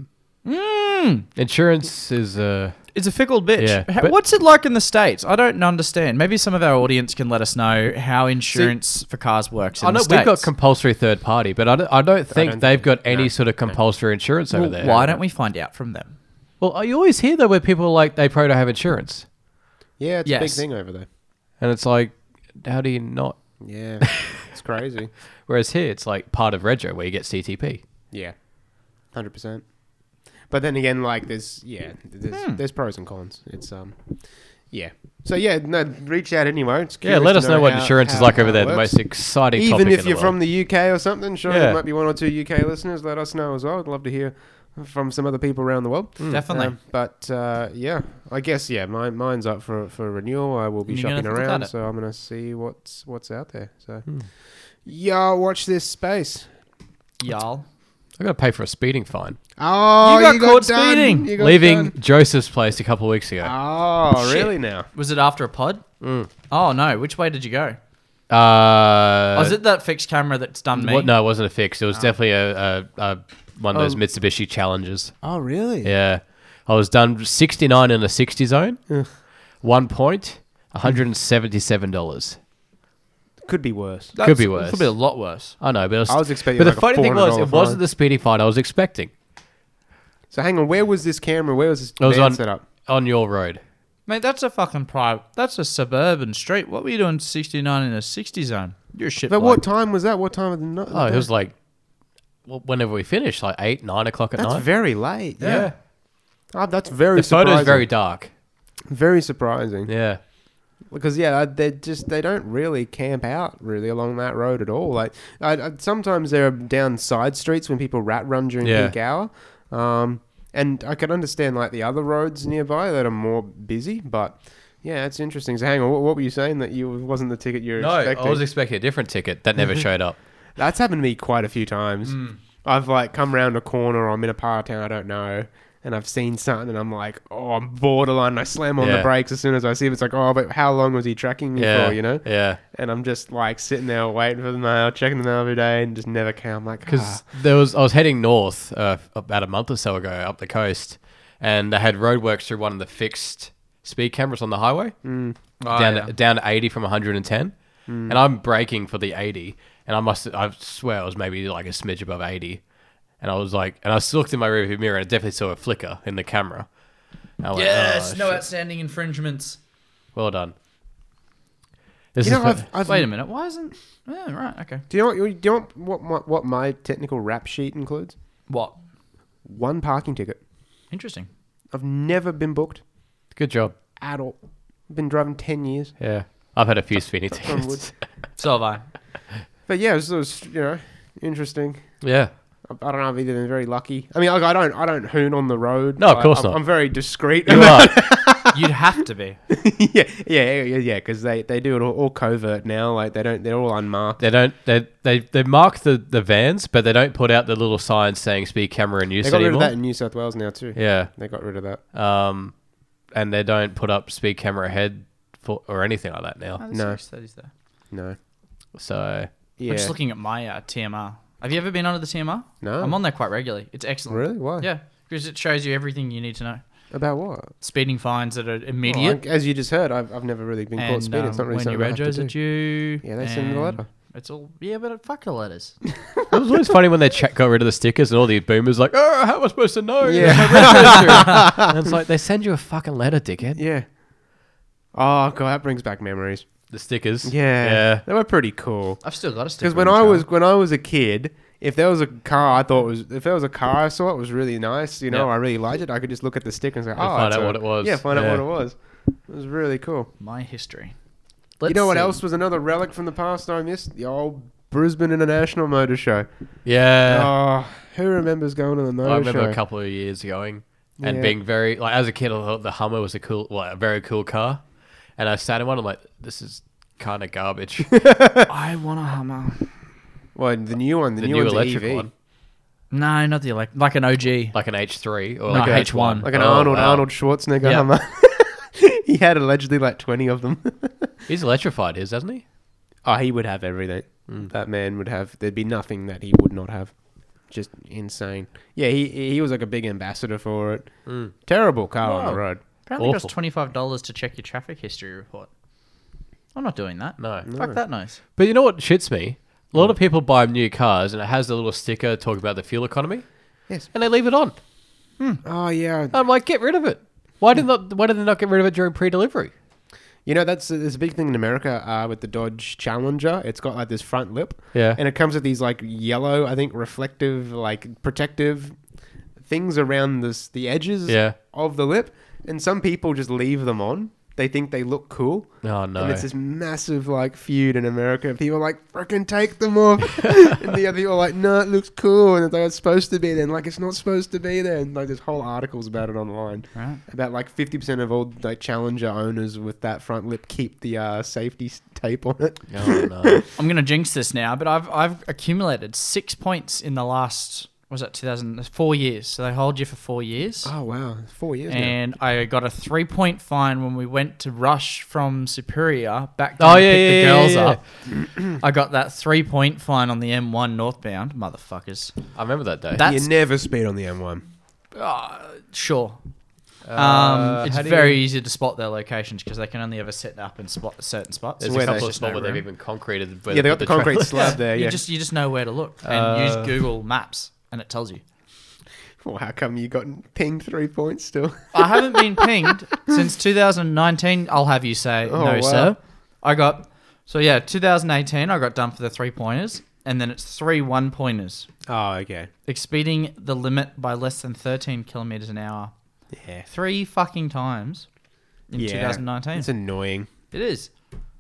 D: Insurance is uh
C: It's a fickle bitch.
D: Yeah,
C: How-
D: but-
C: What's it like in the states? I don't understand. Maybe some of our audience can let us know how insurance for cars works. In
D: I know
C: the
D: we've got
C: States.
D: compulsory third party, but I don't, I don't think
B: don't
D: they've
B: think-
D: got any
B: no,
D: sort of compulsory insurance over
C: Well,
D: there.
C: Why don't we find out from them?
D: Well, you always hear though where people are like they probably don't have insurance.
B: Yeah, it's a big
C: Yes.
B: thing over there.
D: and it's like, how do you not?
B: Yeah, it's crazy.
D: Whereas here, it's like part of Regio where you get CTP.
B: Yeah, hundred percent. But then again, like there's yeah, there's,
D: Hmm.
B: there's pros and cons. It's um, yeah. So yeah, no, reach out anyway. It's
D: Yeah,
B: curious
D: let
B: to
D: us know what
B: how-
D: insurance is
B: how-
D: like
B: how
D: over there.
B: it
D: The
B: works.
D: most exciting
B: Even
D: topic
B: if
D: in the
B: you're from
D: world.
B: the UK or something, sure,
D: Yeah.
B: there might be one or two UK listeners. Let us know as well. I'd love to hear from some other people around the world.
D: Hmm.
C: Definitely.
B: Um, but uh, yeah, I guess yeah, mine mine's up for, for renewal. I will be
C: You're
B: shopping
C: gonna have to look at
B: around,
C: it.
B: so I'm gonna see what's what's out there. So
D: Hmm.
B: yeah, watch this space.
C: Y'all.
D: I got to pay for a speeding fine.
B: Oh,
C: You got caught speeding.
B: You got
D: Leaving
B: done.
D: Joseph's place a couple weeks ago.
B: Oh,
C: Shit.
B: really? Now
C: Was it after a pod?
D: Mm.
C: Oh no! Which way did you go?
B: Ah.
D: Uh,
C: Was it that fixed camera that's done me?
D: What, no, it wasn't a fix. It was definitely a, a, a one of those Mitsubishi Challengers.
B: Oh, really?
D: Yeah. I was done 69 in a 60 zone. One point, $177.
B: Could be worse.
D: Could be
C: That's-
D: worse.
C: Could be a lot worse.
D: I know, but I was,
B: I was expecting
D: But
B: like
D: the
B: a
D: funny thing was, it
B: $400
D: wasn't
B: fine.
D: the speedy fight I was expecting.
B: So hang on, where was this camera? Where was this
D: It was
B: van
D: on
B: set up?
D: on your road.
C: Mate, that's a fucking private. That's a suburban street. What were you doing 69 in a 60 zone? You're a shit.
B: But
C: bloke.
B: what time was that? What time of the night?
D: Oh, it was like well, whenever we finished, like eight, nine o'clock at
B: That's
D: night.
B: very late.
D: yeah.
B: Oh, that's very
D: The
B: surprising.
D: photo's very dark.
B: very surprising.
D: Yeah.
B: because yeah, they just they don't really camp out really along that road at all. Like I, I, sometimes they're down side streets when people rat run during
D: Yeah.
B: peak hour. Um, and I can understand like the other roads nearby that are more busy, but yeah, it's interesting. So hang on, what, what were you saying that you wasn't the ticket you were
D: No,
B: expecting?
D: I was expecting a different ticket that never showed up.
B: That's happened to me quite a few times.
D: Hmm.
B: I've like come round a corner or I'm in a part of town I don't know. And I've seen something, and I'm like, oh, I'm borderline. I slam on
D: Yeah.
B: the brakes as soon as I see it. It's like, oh, but how long was he tracking me
D: Yeah.
B: for? You know?
D: Yeah.
B: and I'm just like sitting there waiting for the mail, checking the mail every day, and just never came. I'm like, "Ah."
D: because there was I was heading north uh, about a month or so ago up the coast, and they had roadworks through one of the fixed speed cameras on the highway down
C: yeah.
D: down to eighty from one hundred and ten, and I'm braking for the eighty, and I must I swear it was maybe like a smidge above eighty, and I was like, and I still looked in my rearview mirror and I definitely saw a flicker in the camera. And I went,
C: Yes,
D: "Oh,
C: no
D: shit.
C: outstanding infringements.
D: well done. This
B: You know,
D: is
B: I've, I've,
C: Wait a minute. Why isn't? Yeah, right. Okay.
B: do you know what? Do you know what, what what my technical rap sheet includes?
C: What?
B: One parking ticket.
C: Interesting.
B: I've never been booked
D: good job.
B: at all. Been driving ten years.
D: Yeah, I've had a few speeding tickets.
B: Onwards.
C: So have I.
B: But yeah, it was, it was you know interesting.
D: Yeah,
B: I I don't know. I've either been very lucky. I mean, like I don't, I don't hoon on the road.
D: No, of
B: I-
D: course
B: I'm,
D: not.
B: I'm very discreet.
D: you are.
C: You'd have to be.
B: yeah, yeah, yeah, yeah. Because they, they do it all, all covert now. Like they don't, they're all unmarked.
D: They don't. They they they mark the, the vans, but they don't put out the little signs saying "speed camera in use"
B: They got rid
D: anymore.
B: of that in New South Wales now too.
D: yeah.
B: They got rid of that.
D: Um, and they don't put up "speed camera ahead" for or anything like that now.
B: No.
C: That is there.
B: No.
D: So
B: Yeah.
C: I'm just looking at my uh, TMR. Have you ever been under the TMR?
B: No.
C: I'm on there quite regularly. It's excellent.
B: Really? Why?
C: Yeah, because it shows you everything you need to know.
B: About what?
C: Speeding fines that are
B: Well,
C: immediate.
B: Oh, I- as you just heard, I've, I've never really been caught
C: and
B: speeding. it's not
C: um,
B: really
C: when your
B: something I have
C: regos
B: to
C: are
B: do.
C: due.
B: Yeah, they send the
C: and
B: letter.
C: It's all yeah, but fuck the letters.
D: it was always funny when they check, got rid of the stickers and all the boomers like, "Oh, how am I supposed to know?"
B: Yeah.
D: and it's like they send you a fucking letter, dickhead.
B: Yeah. Oh god, that brings back memories.
D: The stickers.
B: Yeah.
D: Yeah.
B: They were pretty cool.
C: I've still got a sticker.
B: Because when
C: in the
B: I
C: car.
B: was when I was a kid, if there was a car I thought was if there was a car I saw it was really nice, you know,
D: Yeah.
B: I really liked it, I could just look at the sticker and say, Oh,
D: find
B: it's
D: out
B: a-
D: what it was.
B: Yeah, find
D: Yeah.
B: out what it was. It was really cool.
C: my history.
B: you know what
C: see.
B: else was another relic from the past I missed? The old Brisbane International Motor Show.
D: Yeah.
B: oh, who remembers going to the motor
D: I remember
B: show?
D: a couple of years going and
B: Yeah.
D: being very like as a kid, I thought the Hummer was a cool, like a very cool car, and I sat in one. I'm like, this is kind of garbage. the,
C: I want a Hummer.
B: well, the new one, the, new,
D: new
B: one's E
D: electric
B: EV.
D: one,
C: No, not the elect, like an OG.
D: like an H3 or
C: No,
D: like an
C: H1.
B: like an
D: Oh,
B: Arnold
D: wow.
B: Arnold Schwarzenegger
C: Yeah.
B: Hummer. he had allegedly like twenty of them.
D: He's electrified, his hasn't he?
B: oh, he would have everything. That man would have. There'd be nothing that he would not have. Just insane. Yeah, he he was like a big ambassador for it. Terrible car on
D: Wow.
B: the road.
C: Apparently, it
D: Awful.
C: costs twenty five dollars to check your traffic history report. I'm not doing that.
D: No.
C: Fuck that noise.
D: But you know what shits me? A lot of people buy new cars and it has a little sticker talking about the fuel economy.
B: Yes.
D: And they leave it on.
B: Oh yeah,
D: I'm like, get rid of it. Why did not? Why did they not get rid of it during pre-delivery?
B: You know, that's there's a big thing in America uh, with the Dodge Challenger. It's got like this front lip.
D: Yeah.
B: And it comes with these like yellow, I think, reflective, like protective things around this the edges
D: Yeah.
B: of the lip. And some people just leave them on. They think they look cool.
D: Oh, no.
B: And it's this massive like feud in America. People are like, "Freaking take them off," and the other people are like, "No, it looks cool," and it's like it's supposed to be there, and like it's not supposed to be there, and like there's whole articles about it online.
C: Right.
B: About like 50% of all like Challenger owners with that front lip keep the uh, safety s- tape on it.
D: Oh, no.
C: I'm gonna jinx this now, but I've I've accumulated six points in the last was it 2000 four years. So they hold you for four years.
B: Oh wow, four years now.
C: and I got a three point fine when we went to rush from Superior back to
D: Oh,
C: pick
D: yeah,
C: the
D: yeah,
C: girls
D: yeah,
C: up. I got that three point fine on the M1 northbound, motherfuckers.
D: I remember that day.
C: That's
B: you never speed on the M1.
C: sure. Um,
D: Uh,
C: it's
D: how do
C: very
D: you-
C: easy to spot their locations because they can only ever set up in spot certain spots.
D: There's
B: where
D: a
B: they-
D: couple of
C: Just no
D: spots where they've
C: room.
D: even concreted. where
B: Yeah, they got
D: put
B: the concrete
D: trailer.
B: slab there.
C: You
B: Yeah.
C: just you just know where to look and
D: Uh,
C: use Google Maps and it tells you.
B: Well, how come you got pinged three points still?
C: I haven't been pinged since 2019. I'll have you say
B: Oh,
C: no,
B: wow.
C: sir. I got so yeah. 2018, I got done for the three pointers, and then it's three one pointers,
B: oh, okay.
C: exceeding the limit by less than 13 kilometers an hour
B: Yeah.
C: three fucking times in 2019.
B: It's annoying.
C: it is.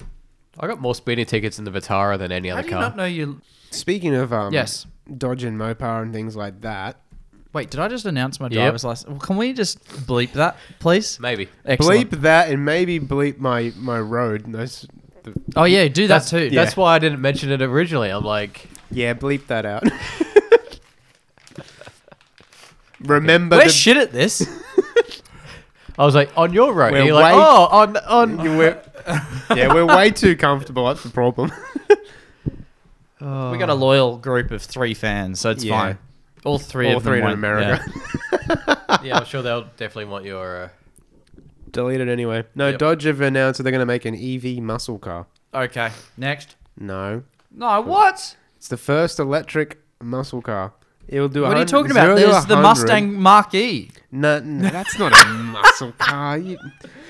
D: I got more speeding tickets in the Vitara than any
C: How
D: other
C: do you
D: car.
C: not know you?
B: Speaking of um,
C: Yes.
B: Dodge and Mopar and things like that.
C: Wait, did I just announce my
D: Yep.
C: driver's license? Well, can we just bleep that, please?
D: Maybe.
C: Excellent.
B: Bleep that and maybe bleep my my road. No, s- the-
C: Oh yeah, do that
D: That's,
C: too.
D: that's why I didn't mention it originally. I'm like,
B: yeah, bleep that out. Remember
C: We're
B: the
C: shit at this.
D: I was like, on your road.
B: We're
D: And you're like,
B: way-
D: oh, on, on.
B: You were- yeah, we're way too comfortable. That's the problem.
C: We got a loyal group of three fans, so it's
B: Oh. Yeah.
C: fine. All three
B: All
C: of them
B: three in
C: went-
B: America.
C: yeah.
D: yeah, I'm sure they'll definitely want your. Uh,
B: Delete it anyway. No,
D: Yep.
B: Dodge have announced that they're going to make an EV muscle car.
D: uh,
C: Okay, next.
B: No,
C: No, what?
B: it's the first electric muscle car. It will do.
C: What are you
B: 100
C: talking
B: zero
C: about?
B: to
C: There's the
B: 100.
C: Mustang Mark E.
B: No, no, that's not a muscle car. You,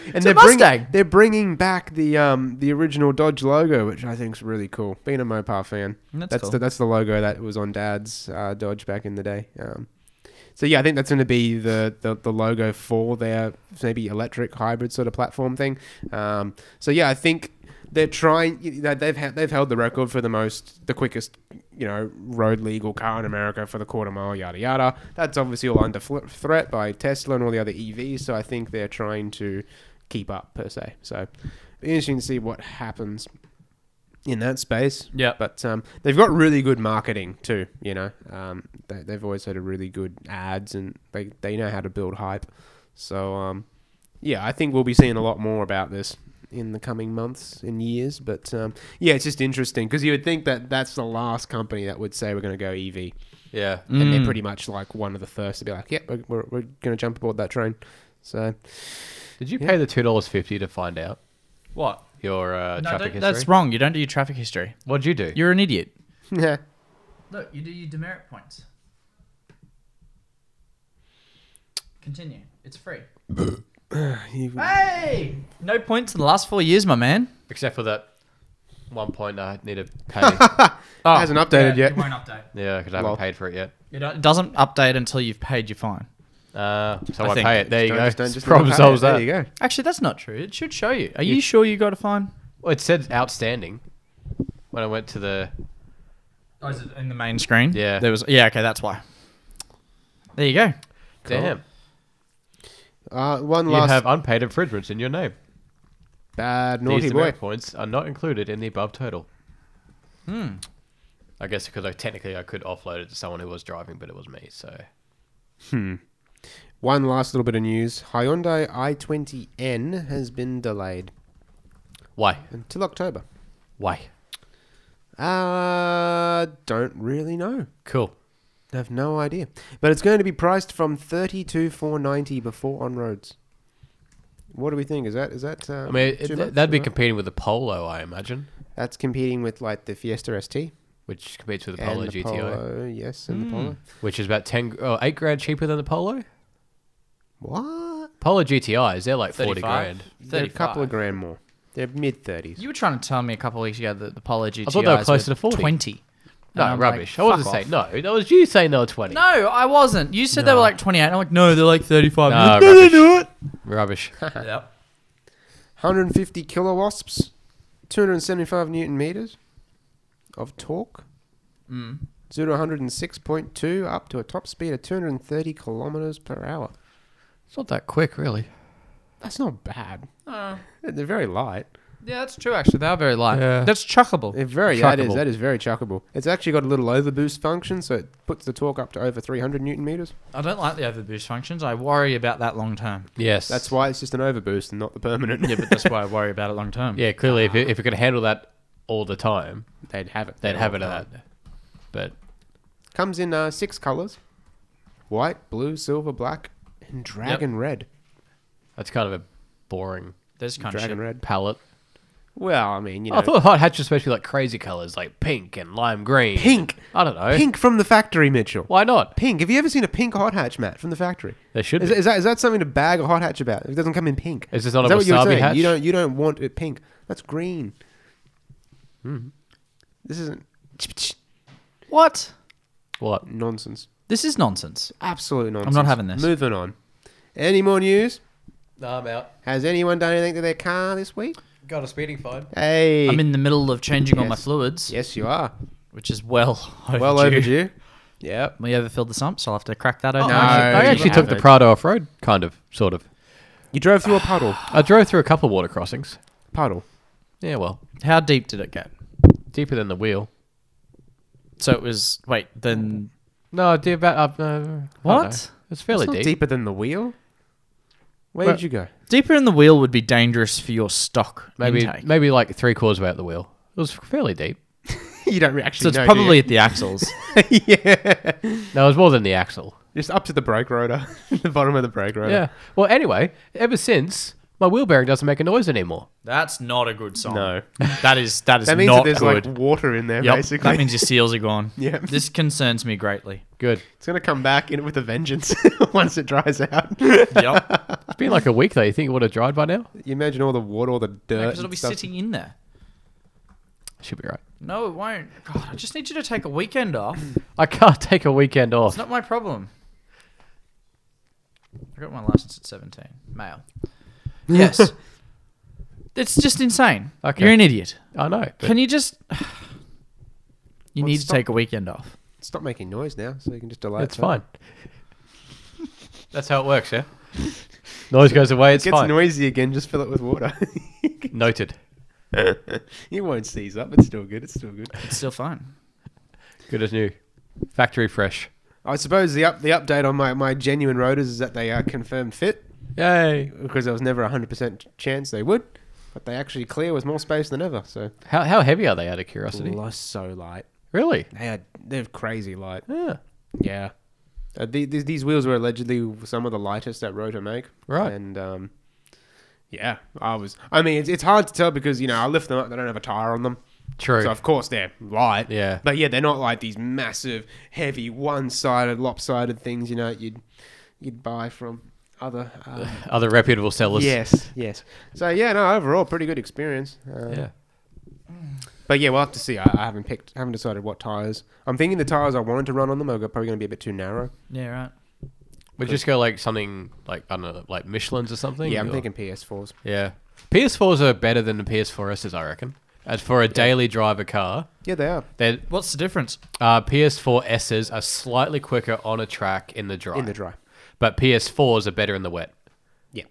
B: and
C: It's a
B: they're bringing-
C: Mustang.
B: they're bringing back the um the original Dodge logo, which I think is really cool. Being a Mopar fan,
C: That's cool.
B: the, that's the logo that was on Dad's uh, Dodge back in the day. Um, so yeah, I think that's going to be the, the the logo for their maybe electric hybrid sort of platform thing. Um, so yeah, I think they're trying. That they've had they've held the record for the most, the quickest, you know, road legal car in America for the quarter mile, yada yada. That's obviously all under fl- threat by Tesla and all the other EVs. So I think they're trying to keep up per se. So be interesting to see what happens in that space.
C: Yeah.
B: But um, they've got really good marketing too. You know, um, they, they've always had a really good ads, and they they know how to build hype. So um, yeah, I think we'll be seeing a lot more about this in the coming months and years. But um, yeah, it's just interesting because you would think that that's the last company that would say we're going to go EV,
D: yeah.
B: and
C: Hmm.
B: they're pretty much like one of the first to be like, "Yep, we're, we're, we're going to jump aboard that train." So
D: Did you pay the $2.50 to find out
C: What?
D: your uh,
C: No,
D: traffic
C: don't-
D: history?
C: that's wrong. You don't do your traffic history.
D: What'd you do?
C: You're an idiot.
B: yeah,
C: Look, you do your demerit points. Continue. It's free. hey! No points in the last four years, my man.
D: Except for that one point I need to pay.
C: Oh,
B: hasn't updated yet.
C: yeah, It won't update.
D: yeah, because I
B: Lol.
D: haven't paid for it yet.
C: It don't- it doesn't update until you've paid your fine.
D: Uh, so
C: I
D: I,
C: think-
D: pay it. There you
B: Don't
D: go.
B: just- don't just
D: Problem
B: overpay it.
D: solves that.
B: There you go.
C: Actually, that's not true. It should show you. Are you, sure you got a fine?
D: Well, it said outstanding when I went to the.
C: Oh, is it in the main screen?
D: Yeah.
C: There was. Yeah. Okay, that's why. There you go.
D: Damn.
B: Uh, one
D: You
B: last
D: have unpaid infringements in your name.
B: bad naughty
D: These
B: boy.
D: demerit points are not included in the above total. Hmm. I guess because I technically I could offload it to someone who was driving, but it was me. So
B: One last little bit of news: Hyundai i20n has been delayed
D: why?
B: until October.
D: Why?
B: Uh, don't really know.
D: Cool.
B: I have no idea. But it's going to be priced from thirty two four ninety before on roads. What do we think? Is that is that? Uh,
D: I mean, it,
B: too much?
D: that'd be
B: Is that-
D: competing with the Polo, I imagine,
B: that's competing with like the Fiesta ST
D: which competes with the
B: and
D: Polo
B: the
D: GTI,
B: Polo. Yes,
D: Hmm.
B: and the Polo.
D: which is about 10, oh, 8 grand cheaper than the Polo.
B: What?
D: Polo GTIs, they're like 40 grand.
B: They're a couple of grand more. They're mid 30s.
C: You were trying to tell me a couple of weeks ago that the Polo GTIs
D: thought they were closer to 40.
C: 20.
D: No,
C: And I'm like,
D: rubbish. I
C: "Fuck
D: wasn't
C: off."
D: saying no. That was you saying they were 20.
C: No, I wasn't. You said they were like 28. I'm like, no, they're like 35.
D: No,
C: You're like,
D: rubbish.
C: not.
D: Rubbish.
C: Yep.
B: 150 kilowasps, 275 newton meters of torque. Mm. 0 to 106.2 up to a top speed of 230 kilometers per hour.
D: it's not that quick, really.
B: That's not bad. They're very light.
C: yeah, that's true, actually. They are very light.
D: Yeah.
C: That's chuckable.
B: They're very that is
D: Chuckable.
B: that is very chuckable. It's actually got a little overboost function, so it puts the torque up to over 300 newton meters.
C: I don't like the overboost functions. I worry about that long term.
D: Yes.
B: That's why it's just an overboost and not the permanent.
C: Yeah, but that's why I worry about it long term.
D: Yeah, clearly, if it, if it could handle that all the time,
B: They'd have it.
D: they'd
B: there
D: have
B: Ah. all
D: it
B: the
D: at
B: time.
D: that. But
B: Comes in uh, six colors: white, blue, silver, black, and dragon red.
D: that's kind of a boring
C: This kind
B: Dragon
C: of shit.
B: red.
D: palette.
B: Well, Oh, I mean, you know,
D: I thought hot hatches supposed to be like crazy colors, like pink and lime green.
B: pink,
D: I don't know.
B: pink from the factory, Mitchell.
D: Why not?
B: Pink. Have you ever seen a pink hot hatch, Matt, from the factory?
D: There should
B: Is,
D: be.
B: is that is that something to bag a hot hatch about? It doesn't come in pink.
D: Is this not a
B: that what you were
D: wasabi
B: saying?
D: hatch?
B: You don't you don't want it pink. That's green. Hmm. This isn't
C: What?
D: What?
B: nonsense.
C: This is nonsense.
B: Absolute nonsense.
C: not having this.
B: Moving on. Any more news?
D: No, I'm out.
B: Has anyone done anything to their car this week?
D: Got a speeding fine.
B: Hey.
C: I'm in the middle of changing all my
B: Yes.
C: fluids,
B: yes, you are.
C: which is well overdue.
B: Well overdue. Yep.
C: We overfilled the sump, so I'll have to crack that open.
B: Oh, No,
D: I
B: you
D: actually took the
B: haven't.
D: Prado off road, kind of, sort of.
B: You drove through a puddle.
D: I drove through a couple water crossings.
B: Puddle.
D: Yeah, well,
C: How deep did it get?
D: deeper than the wheel.
C: So it was. Wait, then.
D: No, deep about. Uh, uh,
C: What?
D: It's fairly
B: It's not
D: deep.
B: deeper than the wheel. Where
D: Well-
B: did you go?
C: Deeper in the wheel would be dangerous for your stock
D: Maybe
C: intake.
D: maybe like three quarters way out the wheel. It was fairly deep.
B: you don't
C: so
B: actually.
C: it's
B: know, do
C: probably
B: you?
C: at the axles.
B: yeah.
D: No, it was more than the axle.
B: Just up to the brake rotor, the bottom of the brake rotor.
D: Yeah. Well, anyway, ever since my wheel bearing doesn't make a noise anymore.
C: That's not a good sign.
B: No.
C: That is that is
B: That means that
C: not
B: there's
C: good.
B: like water in there,
C: Yep,
B: basically.
C: That means your seals are gone.
B: Yeah.
C: This concerns me greatly.
D: Good.
B: it's going to come back in with a vengeance once it dries out.
C: Yep.
D: It's been like a week though. You think it would have dried by now?
B: You imagine all the water, all the dirt.
C: Because
B: and
C: it'll be
B: stuff.
C: sitting in there.
D: Should be right.
C: No, it won't. God, I just need you to take a weekend off.
D: I can't take a weekend off.
C: It's not my problem. I got my license at 17. Male. Yes. it's just insane.
D: Okay.
C: You're an idiot.
D: I know. but-
C: Can you just. You
B: Well,
C: need to
B: stop.
C: take a weekend off.
B: Stop making noise now, so you can just delay.
D: That's
B: it further.
D: fine. That's how it works, yeah? Noise goes away, it's
B: It gets
D: fine.
B: noisy again. Just fill it with water.
D: Noted.
B: you won't seize up. It's still good. It's still good.
C: It's still fine.
D: Good as new. Factory fresh.
B: I suppose the up the update on my, my genuine rotors is that they are confirmed fit
D: Yay.
B: because there was never a hundred percent chance they would, but they actually clear with more space than ever. So
D: How, how heavy are they out of curiosity?
B: Lo- so light.
D: Really?
B: They are they're crazy light.
D: Yeah.
B: Yeah. Uh, the, these, these wheels were allegedly some of the lightest that Rotor make.
D: Right.
B: And um, yeah, I was. I mean, it's, it's hard to tell because you know I lift them up; they don't have a tire on them,
D: True.
B: so of course they're light.
D: Yeah.
B: But yeah, they're not like these massive, heavy, one-sided, lopsided things. You know, you'd you'd buy from other. Uh,
D: Other reputable sellers.
B: yes. Yes. So yeah, no. Overall, pretty good experience. Uh,
D: Yeah.
B: But yeah, we'll have to see. I, I haven't picked, haven't decided what tires. I'm thinking the tires I wanted to run on them are probably going to be a bit too narrow.
C: Yeah, right.
D: Would you just go like something like, I don't know, like Michelin's or something?
B: Yeah, I'm
D: or-
B: thinking PS4s.
D: Yeah. PS4s are better than the PS4s, I reckon. As for a daily driver car,
B: Yeah, they are.
D: they're
C: What's the difference?
D: Uh, PS4Ss are slightly quicker on a track in the dry.
B: In the dry.
D: But PS4s are better in the wet.
B: Yeah.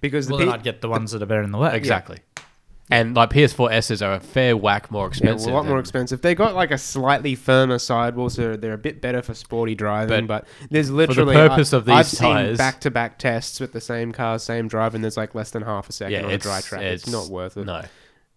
B: Because
C: Well,
B: the
C: then
B: P-
C: I'd get the ones that are better in the wet.
D: Exactly. And like PS4Ss are a fair whack more
B: yeah,
D: expensive.
B: well, a lot more
D: than-
B: expensive. They got like a slightly firmer sidewall, so they're a bit better for sporty driving. But,
D: But
B: there's literally
D: purpose
B: I,
D: of these
B: I've seen
D: tyres-
B: back-to-back tests with the same car, same drive, and there's like less than half a second
D: Yeah,
B: on a
D: it's,
B: dry track. It's, not worth it.
D: No.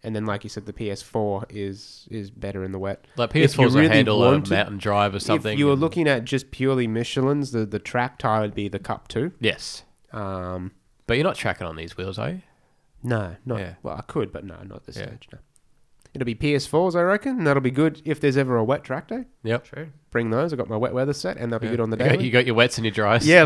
B: And then, like you said, the PS4 is is better in the wet.
D: Like
B: If you
D: PS4s will handle a
B: wanted-
D: mountain drive or something.
B: If you were
D: and-
B: looking at just purely Michelin's, the, the track tire would be the Cup Two.
D: Yes.
B: Um,
D: But you're not tracking on these wheels, are you?
B: no, not
D: Yeah.
B: well. I could, but no, not at this
D: Yeah.
B: stage. No. It'll be PS4s, I reckon. That'll be good if there's ever a wet track day.
D: Yep.
C: True.
B: Bring those. I've got my wet weather set, and they'll be
D: Yeah.
B: good on the
D: You got-
B: day.
D: You got your wets and your dries.
B: Yeah,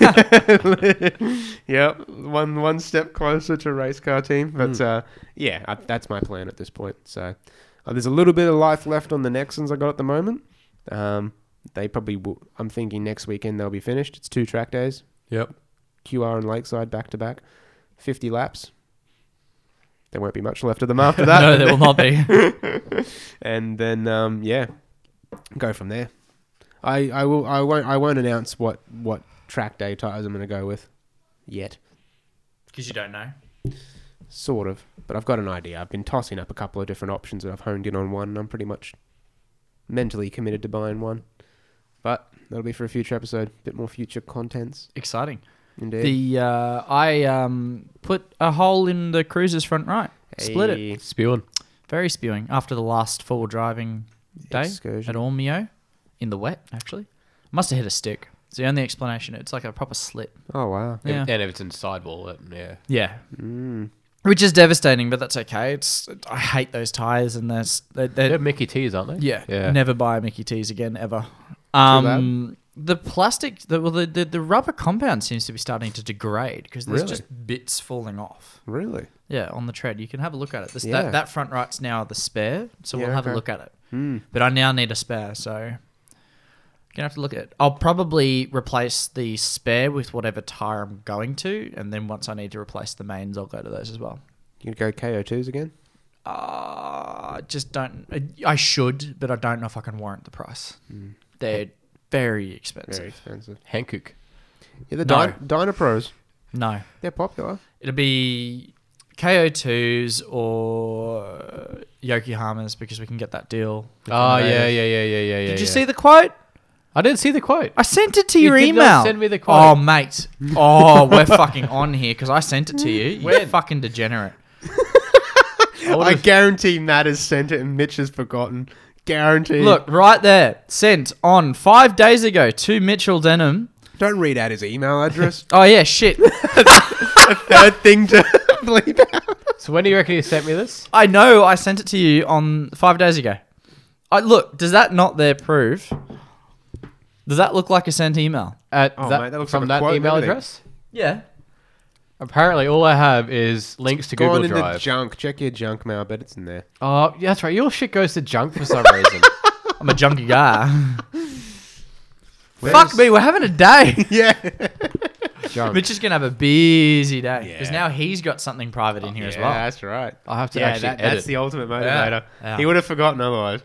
B: literally. yep, one one step closer to a race car team. But uh, yeah, I, that's my plan at this point. So uh, there's a little bit of life left on the Nexons I got at the moment. Um, they probably, will, I'm thinking next weekend they'll be finished. It's two track days,
D: Yep.
B: QR and Lakeside back to back, 50 laps. There won't be much left of them after that.
C: no, there will not be.
B: and then um, yeah, go from there. I, I will I won't I won't announce what what track day tires I'm going to go with yet,
C: Because you don't know.
B: sort of. But I've got an idea. I've been tossing up a couple of different options, and I've honed in on one. And I'm pretty much mentally committed to buying one, but that'll be for a future episode. Bit more future contents,
C: Exciting.
B: indeed.
C: The uh, I um, put a hole in the cruiser's front right. Split it.
B: Hey,
D: Spewing.
C: Very spewing after the last four wheel driving day
B: Excursion.
C: at Ormeo in the wet, actually. Must have hit a stick. It's the only explanation. It's like a proper slit.
B: Oh wow.
C: Yeah.
D: And if it's in sidewall, it, yeah.
C: Yeah. Which is devastating, but that's okay. It's I hate those tires and there's they
D: They're
C: they're,
D: Mickey T's, aren't they?
C: yeah,
D: Yeah.
C: Never buy Mickey T's again ever. Um, the plastic, the, well, the, the the rubber compound seems to be starting to degrade because there's
B: Really?
C: just bits falling off.
B: Really?
C: Yeah, on the tread, you can have a look at it. This
B: Yeah.
C: that, that front right's now the spare, so
B: Yeah,
C: we'll have
B: okay. Hmm.
C: a look at it. But I now need a spare, so gonna have to look at it. I'll probably replace the spare with whatever tire I'm going to, and then once I need to replace the mains, I'll go to those as well.
B: You gonna go KO2s again?
C: Uh, I just don't. I- I should, but I don't know if I can warrant the price. They're very expensive.
B: Hmm. Very expensive.
D: Hankook.
B: Yeah, the
C: No.
B: Dyn- Dynapros.
C: No,
B: They're popular.
C: it'll be KO2s or Yokohamas because we can get that deal. with
B: Ah,
D: Oh, yeah, yeah,
C: Innovative.
D: yeah, yeah, yeah, yeah.
C: Did you
D: yeah.
C: see the quote?
D: I didn't see the quote.
C: I sent it to your
D: did
C: email.
D: not send me the quote.
C: Oh, mate. Oh, we're fucking on here because I sent it to you. You
D: When?
C: fucking degenerate.
B: I guarantee Matt has sent it and Mitch has forgotten. Guarantee.
C: Look, right there. Sent on five days ago to Mitchell Denham.
B: don't read out his email address.
C: Oh, yeah, shit.
B: Third thing to bleep out.
D: So when do you reckon you sent me this?
C: I know I sent it to you on five days ago. I Look, does that not there prove? Does that look like a sent email?
D: At
B: Oh,
D: that,
B: mate, that looks
D: from
B: like a
D: that
B: quote and
D: email
B: everything.
D: address?
C: Yeah.
D: Apparently, all I have is links to
B: Gone
D: Google
B: in the
D: Drive.
B: junk. Check your junk mail, but it's in there.
D: oh, yeah, that's right. Your shit goes to junk for some reason.
C: I'm a junkie guy.
B: Where's-
C: Fuck me, we're having a day.
B: Yeah.
D: junk.
C: Mitch is going to have a busy day because
B: Yeah.
C: now he's got something private in here as
B: Yeah,
C: well.
B: that's right.
D: I'll have to
B: yeah,
D: actually
B: that-
D: edit.
B: that's the ultimate motivator.
C: Yeah.
B: He would have forgotten otherwise.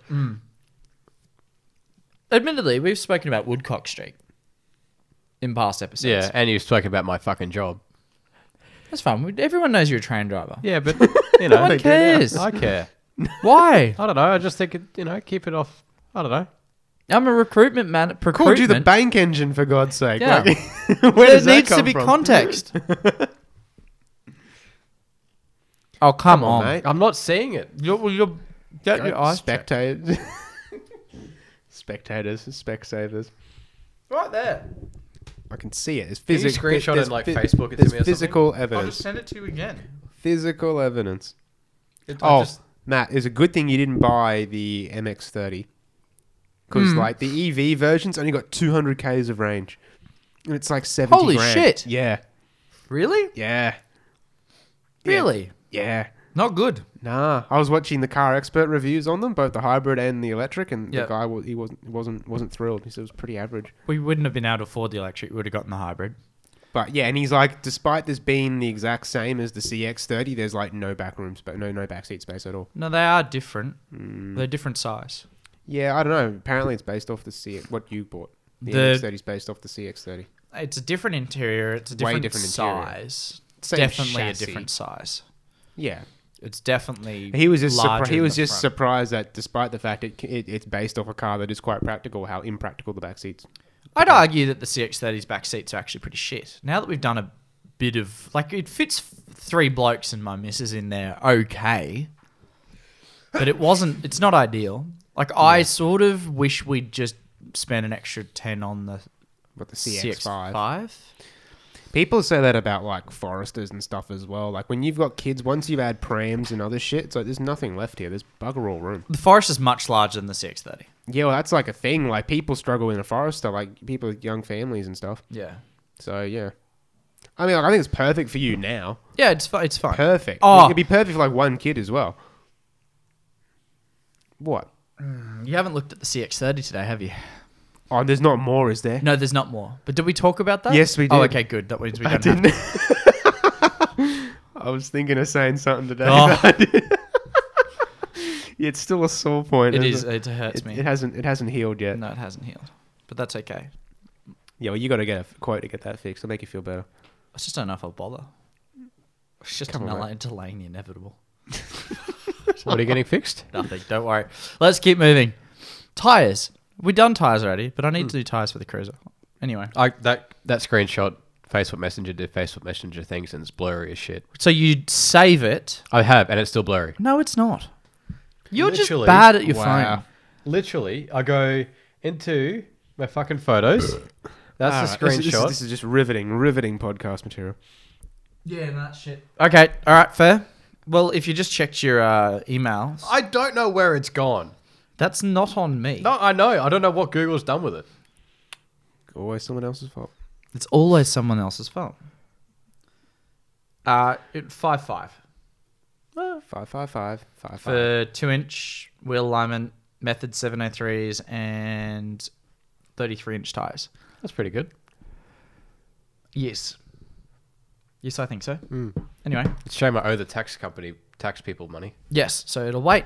C: admittedly, we've spoken about Woodcock Street in past episodes.
D: yeah, and you spoke about my fucking job.
C: that's fine. We- Everyone knows you're a train driver.
D: Yeah, but, you
C: No
D: know,
C: one cares.
D: I care.
C: Why?
D: I don't know. I just think, it, you know, keep it off. I don't know.
C: I'm a recruitment man. Recruitment.
B: Called you the bank engine for God's sake.
C: Yeah.
B: Like, where
C: There
B: does that
C: needs to
B: come
C: be
B: from?
C: context. oh come,
B: on,
C: on!
B: mate.
D: I'm not seeing it.
C: You're, well, you're, get
B: Don't
C: your eyes checked.
B: spectators. spectators. Spectators.
C: right there.
B: I can see it. It's
D: Can you
B: physical.
D: screenshot it, like, Facebook
B: There's
D: it to me or something?
B: physical
C: I'll
B: evidence.
C: just send it to you again.
B: Physical evidence.
D: It- I
B: Oh,
D: just-
B: Matt, it's a good thing you didn't buy the MX30 because
C: Hmm.
B: like the EV version's only got 200 k's of range, and it's like 70.
C: Holy
B: grand.
C: shit.
B: Yeah,
C: Really?
B: yeah,
C: Really?
B: yeah.
C: Not good.
B: Nah, I was watching the car expert reviews on them, both the hybrid and the electric, and
C: Yep.
B: the guy was he wasn't wasn't wasn't thrilled. He said it was pretty average.
C: We wouldn't have been able to afford the electric. We would have gotten the hybrid.
B: But yeah, and he's like, despite this being the exact same as the CX30, there's like no back room, spa- no no back seat space at all.
C: No, they are different.
B: Mm.
C: They're different size.
B: Yeah, I don't know. Apparently, it's based off the CX what you bought. The,
C: The-
B: MX30 is based off the CX30.
C: It's a different interior. It's a
B: Way
C: different,
B: different interior.
C: size.
B: Same
C: definitely
B: chassis.
C: a different size.
B: Yeah,
C: It's definitely
B: He was just surpri-
C: larger
B: he
C: in
B: was
C: the
B: just
C: front.
B: surprised that despite the fact it, it it's based off a car that is quite practical, how impractical the back seats.
C: I'd argue that the CX30's back seats are actually pretty shit. Now that we've done a bit of like it fits f- three blokes and my missus in there okay, but it wasn't. It's not ideal. Like I sort of wish we'd just spent an extra ten on the
B: But the CX5.
C: CX5.
B: People say that about like foresters and stuff as well. Like when you've got kids, once you've had prams and other shit, it's like there's nothing left here. There's bugger all room.
C: The forest is much larger than the 630.
B: Yeah, well, that's like a thing. Like people struggle in a forester, like people with young families and stuff.
C: Yeah.
B: So yeah, I mean, like I think it's perfect for you now.
C: Yeah, it's fi- it's fine.
B: Perfect.
C: Oh.
B: it'd be perfect for like one kid as well. What?
C: You haven't looked at the CX30 today, have you?
B: Oh, there's not more, is there?
C: No, there's not more. But did we talk about that?
B: Yes, we
C: Oh,
B: did.
C: okay, good. That means we
B: I
C: don't have
B: didn't. I was thinking of saying something today.
C: Oh.
B: but I didn't. Yeah, it's still a sore point.
C: to. It
B: isn't
C: is. It hurts
B: It,
C: me.
B: it hasn't. It hasn't healed yet.
C: no, it hasn't healed. But that's okay.
B: Yeah, well, you got to get a f- quote to get that fixed. It'll make you feel better.
C: I just don't know if I'll bother. It's just
B: Come on,
C: another delaying the inevitable.
D: What are you getting fixed?
C: Nothing. Don't worry. Let's keep moving. Tires. We've done tires already, but I
B: Hmm.
C: need to do tires for the cruiser. Anyway,
D: I that that screenshot Facebook Messenger did Facebook Messenger things and it's blurry as shit.
C: so you save it.
D: I have and it's still blurry.
C: No, it's not. You're
D: Literally.
C: just bad at your
B: Wow.
C: phone.
D: Literally, I go into my fucking photos. That's the
B: Alright,
D: screenshot.
B: This is, this is- this is just riveting, riveting podcast material.
C: Yeah, that shit. Okay. All right. Fair. Well, if you just checked your uh, emails,
D: I don't know where it's gone.
C: that's not on me.
D: No, I know. I don't know what Google's done with it.
B: Always someone else's fault.
C: It's always someone else's fault. Uh, it, five five
B: Five five five five five.
C: for two inch wheel alignment method seven oh threes and thirty three inch tires.
D: That's pretty good.
C: Yes. Yes, I think so.
D: Mm.
C: Anyway,
D: It's a shame I owe the tax company tax people money.
C: yes. So it'll wait.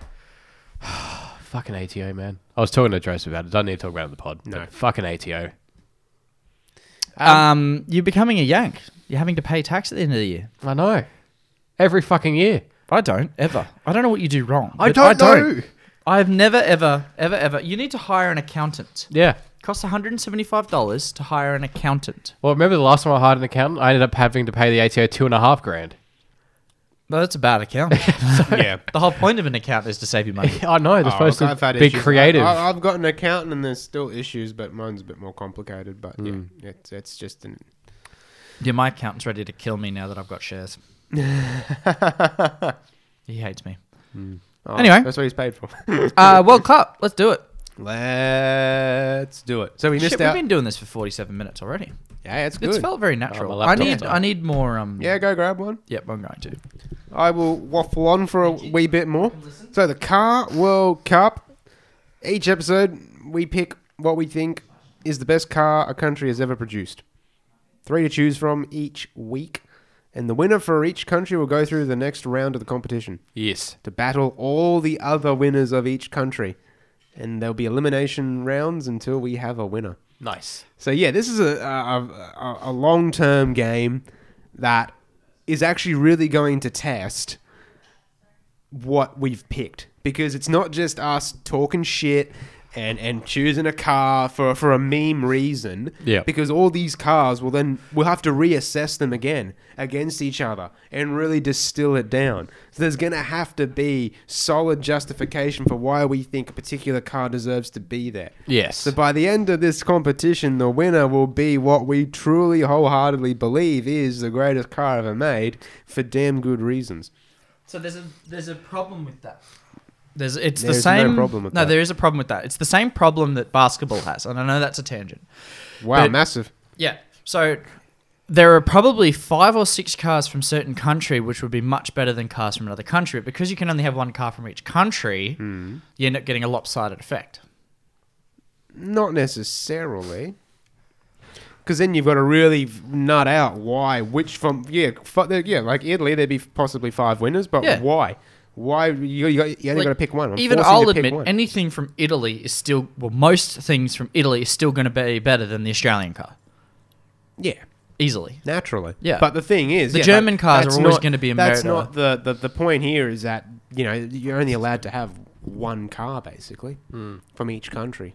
D: Fucking ATO, man. I was talking to Joseph about it. Don't need to talk about it in the pod.
B: No.
D: No. Fucking ATO.
C: Um, you're becoming a yank. You're having to pay tax at the end of the year.
D: I know. Every fucking year.
C: I don't ever. I don't know what you do wrong.
D: I
C: but
D: don't know.
C: I've never ever ever ever. You need to hire an accountant.
D: Yeah.
C: costs one hundred and seventy five dollars to hire an accountant.
D: Well, remember the last time I hired an accountant? I ended up having to pay the ATO two and a half grand.
C: No, that's a bad accountant.
B: yeah.
C: the whole point of an accountant is to save you money.
D: I know. They're
B: Oh,
D: supposed
B: look, I've
D: to
B: had
D: be
B: issues.
D: creative.
B: I, have got an accountant, and there's still issues, but mine's a bit more complicated. But
D: Hmm.
B: yeah, it's it's just an.
C: yeah, my accountant's ready to kill me now that I've got shares. he hates me.
B: oh,
C: Anyway.
B: that's what he's paid for.
C: Uh, World Cup. Let's do it.
B: Let's do it. So we missed
C: Shit,
B: out.
C: we've been doing this for forty seven minutes already.
B: yeah, it's good.
C: It's felt very
D: Oh,
C: natural.
D: my
C: I
D: laptop's
C: need
D: on.
C: I need more. Um,
B: yeah, go grab one.
C: Yep, I'm going to.
B: I will waffle on for a wee bit more. So the Car World Cup. Each episode, we pick what we think is the best car a country has ever produced. Three to choose from each week, and the winner for each country will go through the next round of the competition
D: yes.
B: to battle all the other winners of each country, and there'll be elimination rounds until we have a winner.
D: Nice.
B: So yeah, this is a a, a, a long term game that is actually really going to test what we've picked because it's not just us talking shit and and choosing a car for for a meme reason.
D: Yeah.
B: Because all these cars will then we'll have to reassess them again against each other and really distill it down. So there's gonna have to be solid justification for why we think a particular car deserves to be there.
D: Yes.
B: So by the end of this competition, the winner will be what we truly wholeheartedly believe is the greatest car ever made for damn good reasons.
C: So there's a there's a problem with that. There's it's the
B: There's no
C: same
B: problem with
C: no,
B: that.
C: there is a problem with that. It's the same problem that basketball has, and I know that's a tangent.
B: Wow,
C: But-
B: massive.
C: Yeah. So there are probably five or six cars from certain country which would be much better than cars from another country. But because you can only have one car from each country,
B: Hmm.
C: you end up getting a lopsided effect.
B: Not necessarily. Because then you've got to really nut out why, which from, yeah, fu- there- yeah, like Italy, there'd be possibly five winners, but
C: Yeah.
B: why? Why? You, you, you only
C: Like,
B: got to pick one. I'm
C: even
B: forcing you
C: I'll
B: to pick
C: admit,
B: one.
C: anything from Italy is still well, most things from Italy is still going to be better than the Australian car
B: yeah.
C: easily.
B: naturally.
C: Yeah.
B: But the thing is,
C: The
B: yeah,
C: German
B: like,
C: cars
B: that's
C: are always
B: not-
C: gonna be a
B: That's
C: murder.
B: not the, the the point here. Is that you know you're only allowed to have one car basically from each country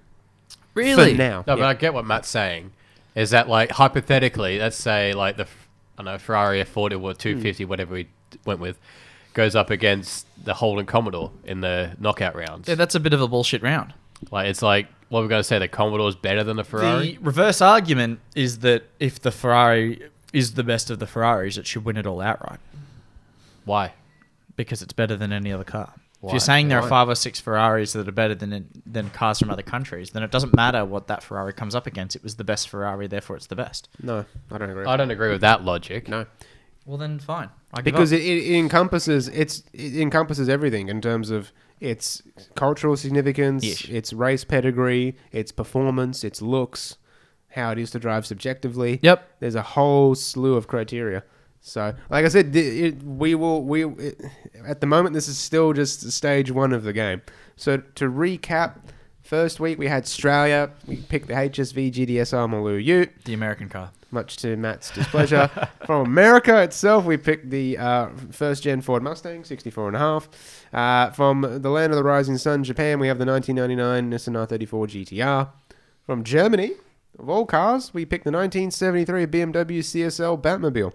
C: Really?
B: for now.
D: No,
B: Yeah.
D: but I get what Matt's saying. Is that like hypothetically, let's say like the F- I don't know Ferrari F40 or
B: Hmm.
D: 250, whatever we d- went with, goes up against the Holden Commodore in the knockout rounds.
C: Yeah, that's a bit of a bullshit round.
D: like it's like what we're gonna say the Commodore is better than the Ferrari.
C: The reverse argument is that if the Ferrari is the best of the Ferraris, it should win it all outright
D: Why?
C: because it's better than any other car. If
D: Why?
C: you're saying there
D: Why?
C: are five or six Ferraris that are better than than cars from other countries, then it doesn't matter what that Ferrari comes up against. It was the best Ferrari, therefore it's the best.
B: No, I don't agree.
D: I don't agree with that logic.
B: no.
C: Well, then fine. I give
B: because
C: up.
B: it, it it encompasses it's it encompasses everything in terms of its cultural significance,
C: Yes.
B: its race pedigree, its performance, its looks, how it is to drive subjectively.
D: Yep.
B: there's a whole slew of criteria. So, like I said, the- it, we will we it, at the moment this is still just stage one of the game. So to recap. First week we had Australia. We picked the HSV GDSR Maloo Ute
C: the American car.
B: much to Matt's displeasure. From America itself, we picked the uh, first gen Ford Mustang, 64 and a half. Uh, from the land of the rising sun, Japan, we have the 1999 Nissan R34 GTR. From Germany, of all cars, we picked the 1973 BMW CSL Batmobile,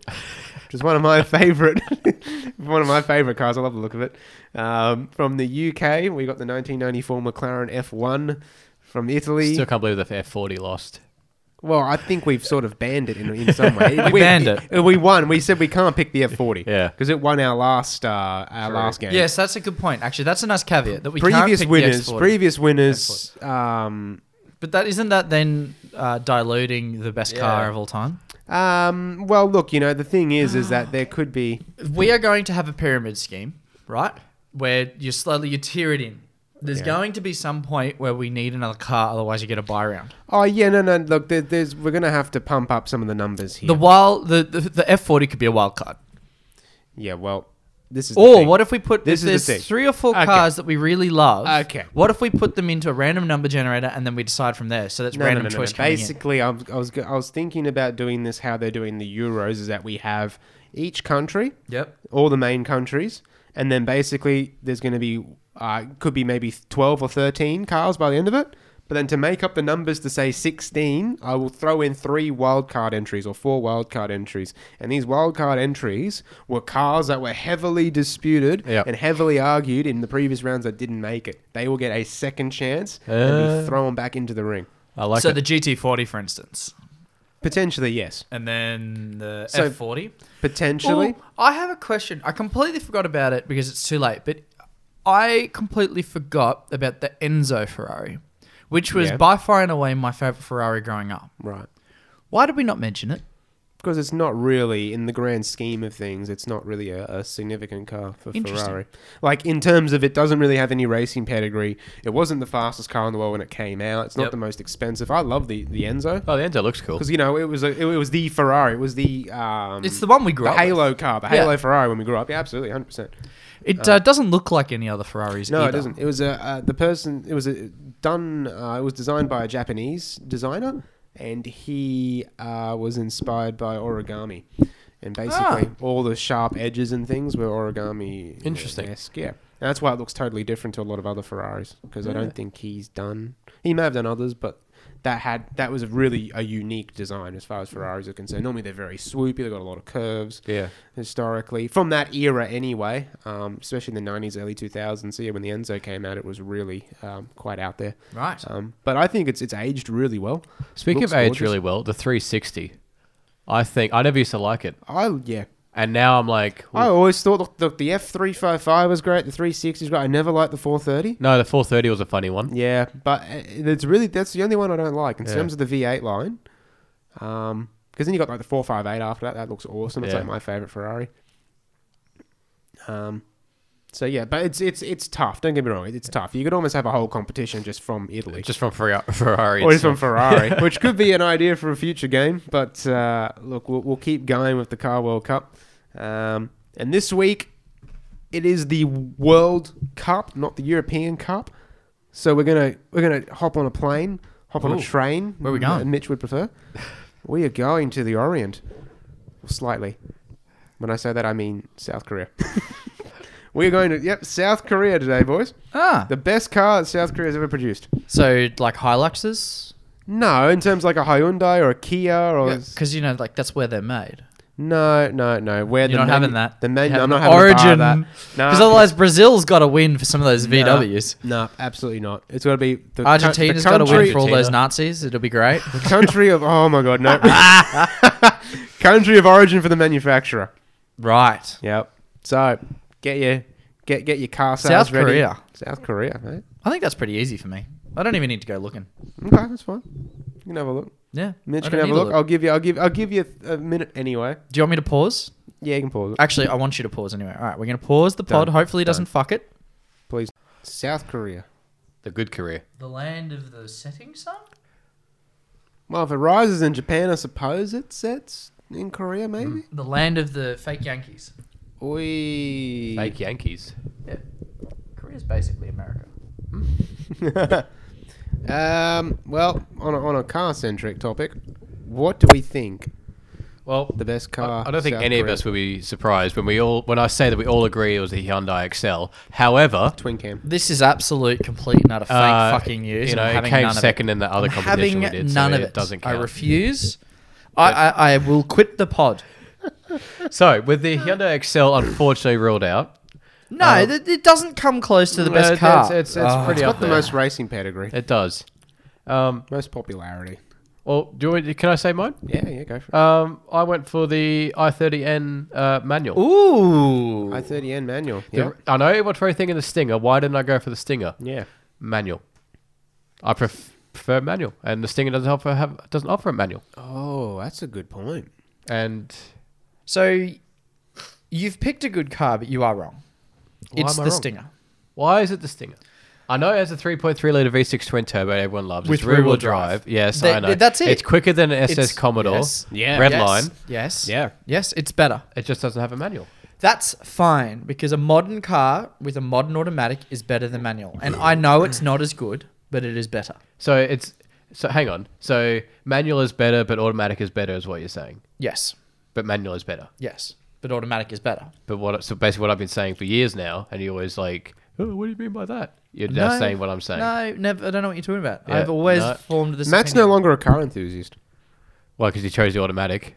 B: which is one of my favorite, one of my favorite cars. I love the look of it. Um, from the UK, we got the 1994 McLaren F1. From Italy,
D: Still can't believe the F40 lost.
B: well, I think we've sort of banned it in, in some way.
C: We banned it.
B: We won. We said we can't pick the F40.
D: Yeah.
B: Because it won our last uh, our last game.
C: Yes, that's a good point. Actually, that's a nice caveat that we can't
B: Previous
C: pick the
B: winners,
C: X40.
B: previous winners. Um,
C: But that isn't that then uh, diluting the best car of all time?
B: um, well, look, you know, the thing is, is that there could be.
C: We are going to have a pyramid scheme, right? Where you slowly you tear it in. There's going to be some point where we need another car, otherwise you get a buy round.
B: Oh yeah, no, no. Look, there, there's we're gonna have to pump up some of the numbers here.
C: The wild, the the, the F forty could be a wild card.
B: yeah, well, this is. the
C: Or
B: thing.
C: what if we put
B: This
C: this
B: is the
C: there's
B: thing.
C: three or four
B: Okay.
C: cars that we really love?
B: Okay.
C: What if we put them into a random number generator and then we decide from there? So that's
B: No, no,
C: random
B: no, no,
C: choice
B: no.
C: coming in.
B: Basically, I was, I was go- I was thinking about doing this. How they're doing the Euros is that we have each country.
C: Yep.
B: all the main countries, and then basically there's going to be uh, could be maybe twelve or thirteen cars by the end of it. But then to make up the numbers to say sixteen, I will throw in three wildcard entries or four wildcard entries, and these wildcard entries were cars that were heavily disputed
D: Yep.
B: and heavily argued in the previous rounds that didn't make it. They will get a second chance and be thrown back into the ring.
D: I like
C: so
D: it.
C: the GT forty, for instance,
B: Potentially, yes.
C: and then the
B: So-
C: F forty.
B: Potentially,
C: Well, I have a question. I completely forgot about it because it's too late, but I completely forgot about the Enzo Ferrari, which was
B: Yeah.
C: by far and away my favorite Ferrari growing up.
B: right?
C: Why did we not mention it?
B: Because it's not really, in the grand scheme of things, it's not really a, a significant car for
C: Interesting.
B: Ferrari. Like, in terms of it doesn't really have any racing pedigree. It wasn't the fastest car in the world when it came out. It's not
C: Yep.
B: the most expensive. I love the, the Enzo.
D: oh, the Enzo looks cool.
B: Because, you know, it was, a, it, was the Ferrari. It was the. Um,
C: It's the one we grew
B: the
C: up with.
B: Halo car, the
C: Yeah.
B: Halo Ferrari when we grew up. Yeah, absolutely, 100%.
C: It uh, doesn't look like any other Ferraris.
B: No,
C: either.
B: it doesn't. It was a uh, the person. It was a, done. Uh, it was designed by a Japanese designer, and he uh, was inspired by origami, and basically
D: Ah.
B: all the sharp edges and things were origami.
D: Interesting.
B: Esque, yeah. And that's why it looks totally different to a lot of other Ferraris because I don't think he's done. He may have done others, but that had that was a really a unique design as far as Ferraris are concerned. Normally they're very swoopy. They've got a lot of curves
D: Yeah.
B: historically from that era anyway um, especially in the 90s early 2000s so yeah when the enzo came out it was really um, quite out there
C: Right.
B: um, but i think it's it's aged really well
D: Speaking
B: Looks
D: of age
B: gorgeous.
D: really well, the 360. I think I never used to like it,
B: i yeah
D: and now I'm
C: Oh.
D: like,
B: i always thought look, look the f355 was great the 360 was great i never liked the 430
D: no, the 430 was a funny one.
B: yeah but uh, it's really that's the only one i don't like in
D: Yeah.
B: terms of the v8 line um because then you got like the 458 after that that looks awesome it's
D: Yeah.
B: like my favorite ferrari um so yeah, but it's it's it's tough. Don't get me wrong, it's tough. You could almost have a whole competition just from Italy.
D: Just from Ferra- Ferrari.
C: Oh,
B: Or it's from
D: itself.
B: Ferrari, which could be an idea for a future game. But uh, look, we'll, we'll keep going with the Car World Cup. Um, and this week, it is the World Cup, not the European Cup. So we're gonna we're gonna hop on a plane, hop on a
C: Ooh.
B: train.
C: Where we going?
B: M- Mitch would prefer. we are going to the Orient, slightly. When I say that, I mean South Korea. we are going to yep South Korea today, boys.
C: ah.
B: The best car that South Korea has ever produced.
C: so like Hiluxes,
B: No, in terms of like a Hyundai or a Kia or
C: because you know like that's where they're made.
B: no, no, no. Where the
C: You're not
B: manu-
C: having that.
B: The main,
C: You're
B: I'm not
C: having
B: having a bar of
C: origin,
B: that. No,
C: Because otherwise Brazil's got to win for some of those VWs.
B: no, absolutely not. It's got to be the co-
C: Argentina's
B: the
C: got to win
B: country-
C: for all those Nazis. It'll be great.
B: the country of oh my god, no. Country of origin for the manufacturer.
C: Right.
B: Yep. So get your get get your car sales
C: South
B: ready.
C: Korea.
B: South Korea, mate.
C: I think that's pretty easy for me. I don't even need to go looking.
B: Okay, that's fine. You can have a look.
C: Yeah.
B: Mitch
C: I
B: can
C: don't
B: have a
C: need to
B: look. I'll give you. I'll give. I'll give you a minute anyway.
C: Do you want me to pause?
B: Yeah, you can pause it.
C: Actually, I want you to pause anyway. All right, we're going to pause the pod.
B: Don't.
C: Hopefully, it doesn't fuck it.
B: Please. South Korea.
D: The good career.
C: The land of the setting sun?
B: Well, if it rises in Japan, I suppose it sets in Korea, maybe.
C: The land of the fake Yankees.
B: Oi.
D: Fake Yankees.
C: Yeah. Korea's basically America.
B: um. Well, on a, on a car centric topic, what do we think
D: Well,
B: the best car?
D: I, I don't think
B: South
D: any of
B: Korea-
D: us will be surprised when we all when I say that we all agree it was the Hyundai Excel. However,
B: twin cam.
C: This is absolute, complete, and utter fake
D: uh,
C: fucking news. and
D: You know,
C: I'm
D: it
C: having
D: came
C: none of
D: second in the other
C: I'm having
D: competition we did,
C: none
D: so
C: of
D: it doesn't count.
C: I refuse. I, I, I will quit the pod.
D: So, with the Hyundai Excel unfortunately ruled out,
C: No, it, it doesn't come close to the
D: No,
C: best
D: Uh, it's-
C: car.
D: it's- it's- it's
C: Oh.
D: pretty
B: It's
D: up
B: got the
D: there.
B: most racing pedigree,
D: it does. Um,
B: most popularity. Uh,
D: well, do you, want- can I say mine?
B: Yeah, yeah, go for it.
D: Um, I went for the i30N uh, manual.
C: Ooh.
B: I thirty N manual.
D: The-
B: Yeah,
D: I know everyone's probably thinking the Stinger. Why didn't I go for the Stinger?
B: yeah.
D: Manual. I pref- prefer manual, and the Stinger doesn't offer have, doesn't offer a manual.
B: Oh, that's a good point.
D: And
C: So you've picked a good car, but you are wrong.
D: Why
C: it's
D: am I
C: the
D: wrong?
C: Stinger.
D: why is it the Stinger? I know it has a 3.3 liter V6 twin turbo everyone loves.
C: With
D: it's rear wheel
C: rear-wheel
D: drive.
C: drive.
D: Yes,
C: Th-
D: I know.
C: th- that's it.
D: It's quicker than an SS
C: It's-
D: Commodore.
C: yes.
B: Yeah.
D: Red
C: yes.
D: line.
C: Yes.
B: Yeah.
C: Yes, it's better.
D: It just doesn't have a manual.
C: That's fine because a modern car with a modern automatic is better than manual. And I know it's not as good, but it is better.
D: So it's so hang on. So manual is better, but automatic is better, is what you're saying.
C: Yes.
D: But manual is better.
C: Yes. But automatic is better.
D: But what? So basically, what I've been saying for years now, and you're always like, "Oh, what do you mean by that?" You're now
C: No.
D: saying what I'm saying.
C: No, never. I don't know what you're talking about.
D: Yeah,
C: I've always
D: no.
C: formed this.
B: Matt's no
C: opinion.
B: longer a car enthusiast.
D: Well, because you chose the automatic.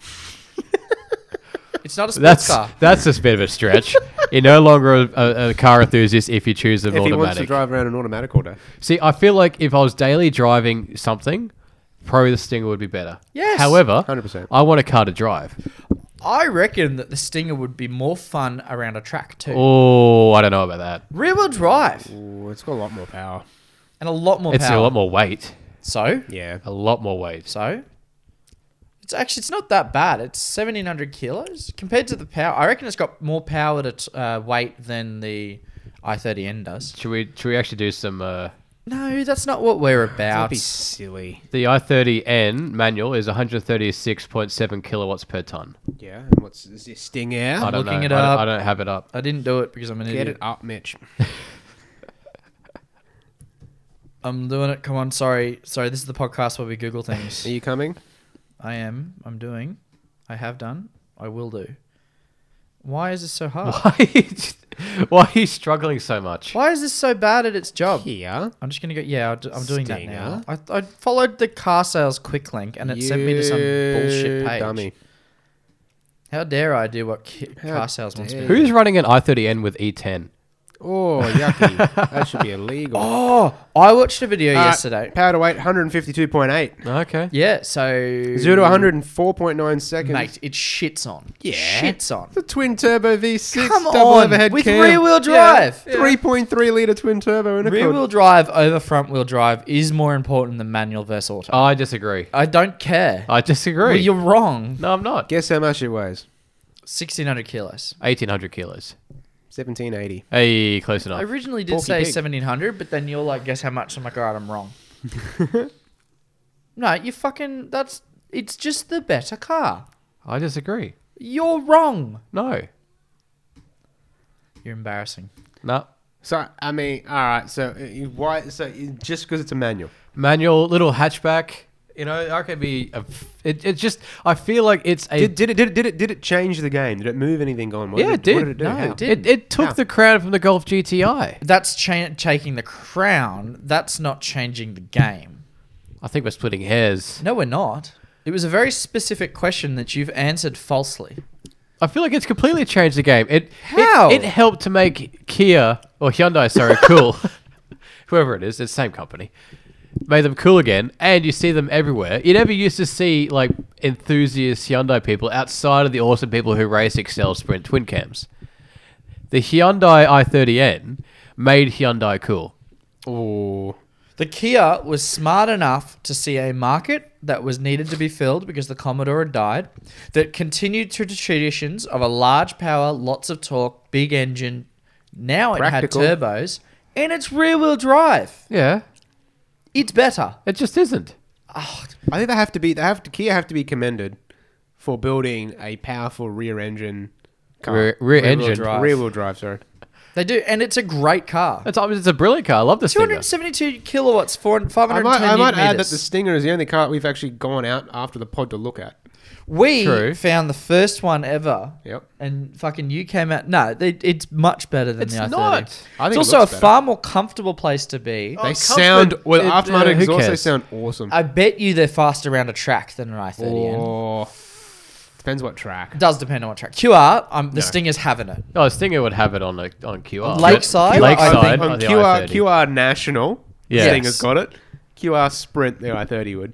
C: It's not a sports
D: That's
C: car.
D: that's just a bit of a stretch. you're no longer a, a, a car enthusiast if you choose an
B: If he wants to
D: automatic.
B: drive around an automatic all day.
D: See, I feel like if I was daily driving something, probably the Stinger would be better.
C: Yes.
D: However,
B: 100%.
D: I want a car to drive.
C: I reckon that the Stinger would be more fun around a track too.
D: Oh, I don't know about that.
C: Rear wheel drive and
B: Ooh, it's got a lot more power.
C: a lot more
D: It's
C: power.
D: a lot more weight.
C: So,
B: Yeah.
D: A lot more weight.
C: so it's actually it's not that bad. It's seventeen hundred kilos compared to the power. I reckon it's got more power to t- uh, weight than the i thirty N does.
D: Should we should we actually do some uh,
C: No, that's not what we're
B: That'd
C: about.
B: be silly.
D: the i30N manual is 136.7 kilowatts per ton.
B: Yeah. And what's is this sting
D: I
B: air?
D: don't
C: looking
D: know.
C: it
D: I don't-
C: up.
D: I don't have it up.
C: I didn't do it because I'm an
B: Get
C: idiot.
B: it up, Mitch.
C: I'm doing it. Come on, sorry, sorry. This is the podcast where we Google things.
B: Are you coming?
C: I am. I'm doing. I have done. I will do. Why is this so hard?
D: Why why are you struggling so much?
C: Why is this so bad at its job?
B: Here.
C: I'm just gonna go. Yeah, I'll do- I'm doing
B: Stinger.
C: that now. I, I followed the car sales quick link, and it sent me to some bullshit
B: You
C: page.
B: Dummy.
C: How dare I do what ki-
B: How
C: car sales wants me? to do.
D: Who's running an i30N with E E10?
B: Oh, yucky. that should be illegal.
C: Oh, I watched a video
B: Uh,
C: yesterday.
B: Power to weight, 152.8.
D: Okay.
C: Yeah, so
B: Zero to 104.9 seconds.
C: mate, it shits on.
B: Yeah.
C: shits on.
B: The twin turbo V6
C: Come
B: double
C: on,
B: overhead
C: with
B: cam.
C: rear-wheel drive.
B: Yeah, 3.3 liter twin turbo in a
C: Rear wheel drive over front wheel drive is more important than manual versus auto.
D: I disagree.
C: I don't care.
D: I disagree.
C: Well, you're wrong.
D: no, I'm not.
B: Guess how much it weighs?
C: 1600 kilos.
D: 1800 kilos.
B: 1780.
D: Hey, close
C: I
D: enough.
C: originally did
B: Porky
C: say
B: pig.
C: 1700, but then you're like, guess how much? I'm like, all right, I'm wrong. no, you fucking. That's. It's just the better car.
D: I disagree.
C: You're wrong.
D: No.
C: You're embarrassing.
D: No.
B: So, I mean, all right. So, uh, you- why? So, you- just because it's a manual.
D: Manual, little hatchback. You know, that could be. A, it, it's just. I feel like it's a.
B: Did, did it did it did it did it change the game? Did it move anything going? What
D: yeah, it did.
B: What did it do?
D: No,
B: How?
D: it, did. It, took
B: How?
D: the crown from the Golf GTI.
C: That's cha- taking the crown. That's not changing the game.
D: I think we're splitting hairs.
C: No, we're not. It was a very specific question that you've answered falsely.
D: I feel like it's completely changed the game. It it-
C: How?
D: It, helped to make Kia or Hyundai, sorry, cool. Whoever it is, it's the same company. made them cool again, and you see them everywhere. You never used to see like enthusiast Hyundai people outside of the awesome people who race Excel Sprint twin cams. The Hyundai i30N made Hyundai cool.
B: Or
C: The Kia was smart enough to see a market that was needed to be filled because the Commodore had died, that continued to the traditions of a large power, lots of torque, big engine. Now
B: Practical.
C: it had turbos, and it's rear wheel drive.
D: Yeah,
C: It's better.
D: it just isn't.
B: I think they have to be. They have to. Kia have to be commended for building a powerful rear engine. Car.
D: Rear, rear,
C: Rear-wheel
D: engine.
C: drive.
B: Rear wheel drive. Sorry.
C: They do, and it's a great car.
D: It's, it's a brilliant car. I love this thing. though.
C: 272 kilowatts, four and five
B: I
C: hundred
B: might,
C: ten
B: I might
C: newton
B: add that
C: meters.
B: the Stinger is the only car we've actually gone out after the pod to look at.
C: we
D: True.
C: found the first one ever.
B: Yep.
D: Oh,
C: And fucking you came out. No, they, it's much better than
D: It's
C: the i30.
D: not.
B: I think
C: it's
B: it
C: also a
B: looks better.
C: far more comfortable place to
B: They
C: be.
D: Oh,
B: sound
D: comfort,
B: well.
D: it-
B: aftermarket
D: uh, who
B: exhaust. They
D: cares?
B: sound awesome.
C: I bet you they're faster around a track than an i30.
D: Oh.
C: N.
B: Or Oh. depends what track.
C: It does depend on what track. QR, um, the Stinger's having it.
D: Oh, Stinger would have it on a, on QR.
C: Lakeside?
D: Lakeside.
C: I think
B: on
D: on the
B: QR
D: i30.
B: QR National.
D: Yes.
B: Stinger's got it. QR Sprint. The I thirty would.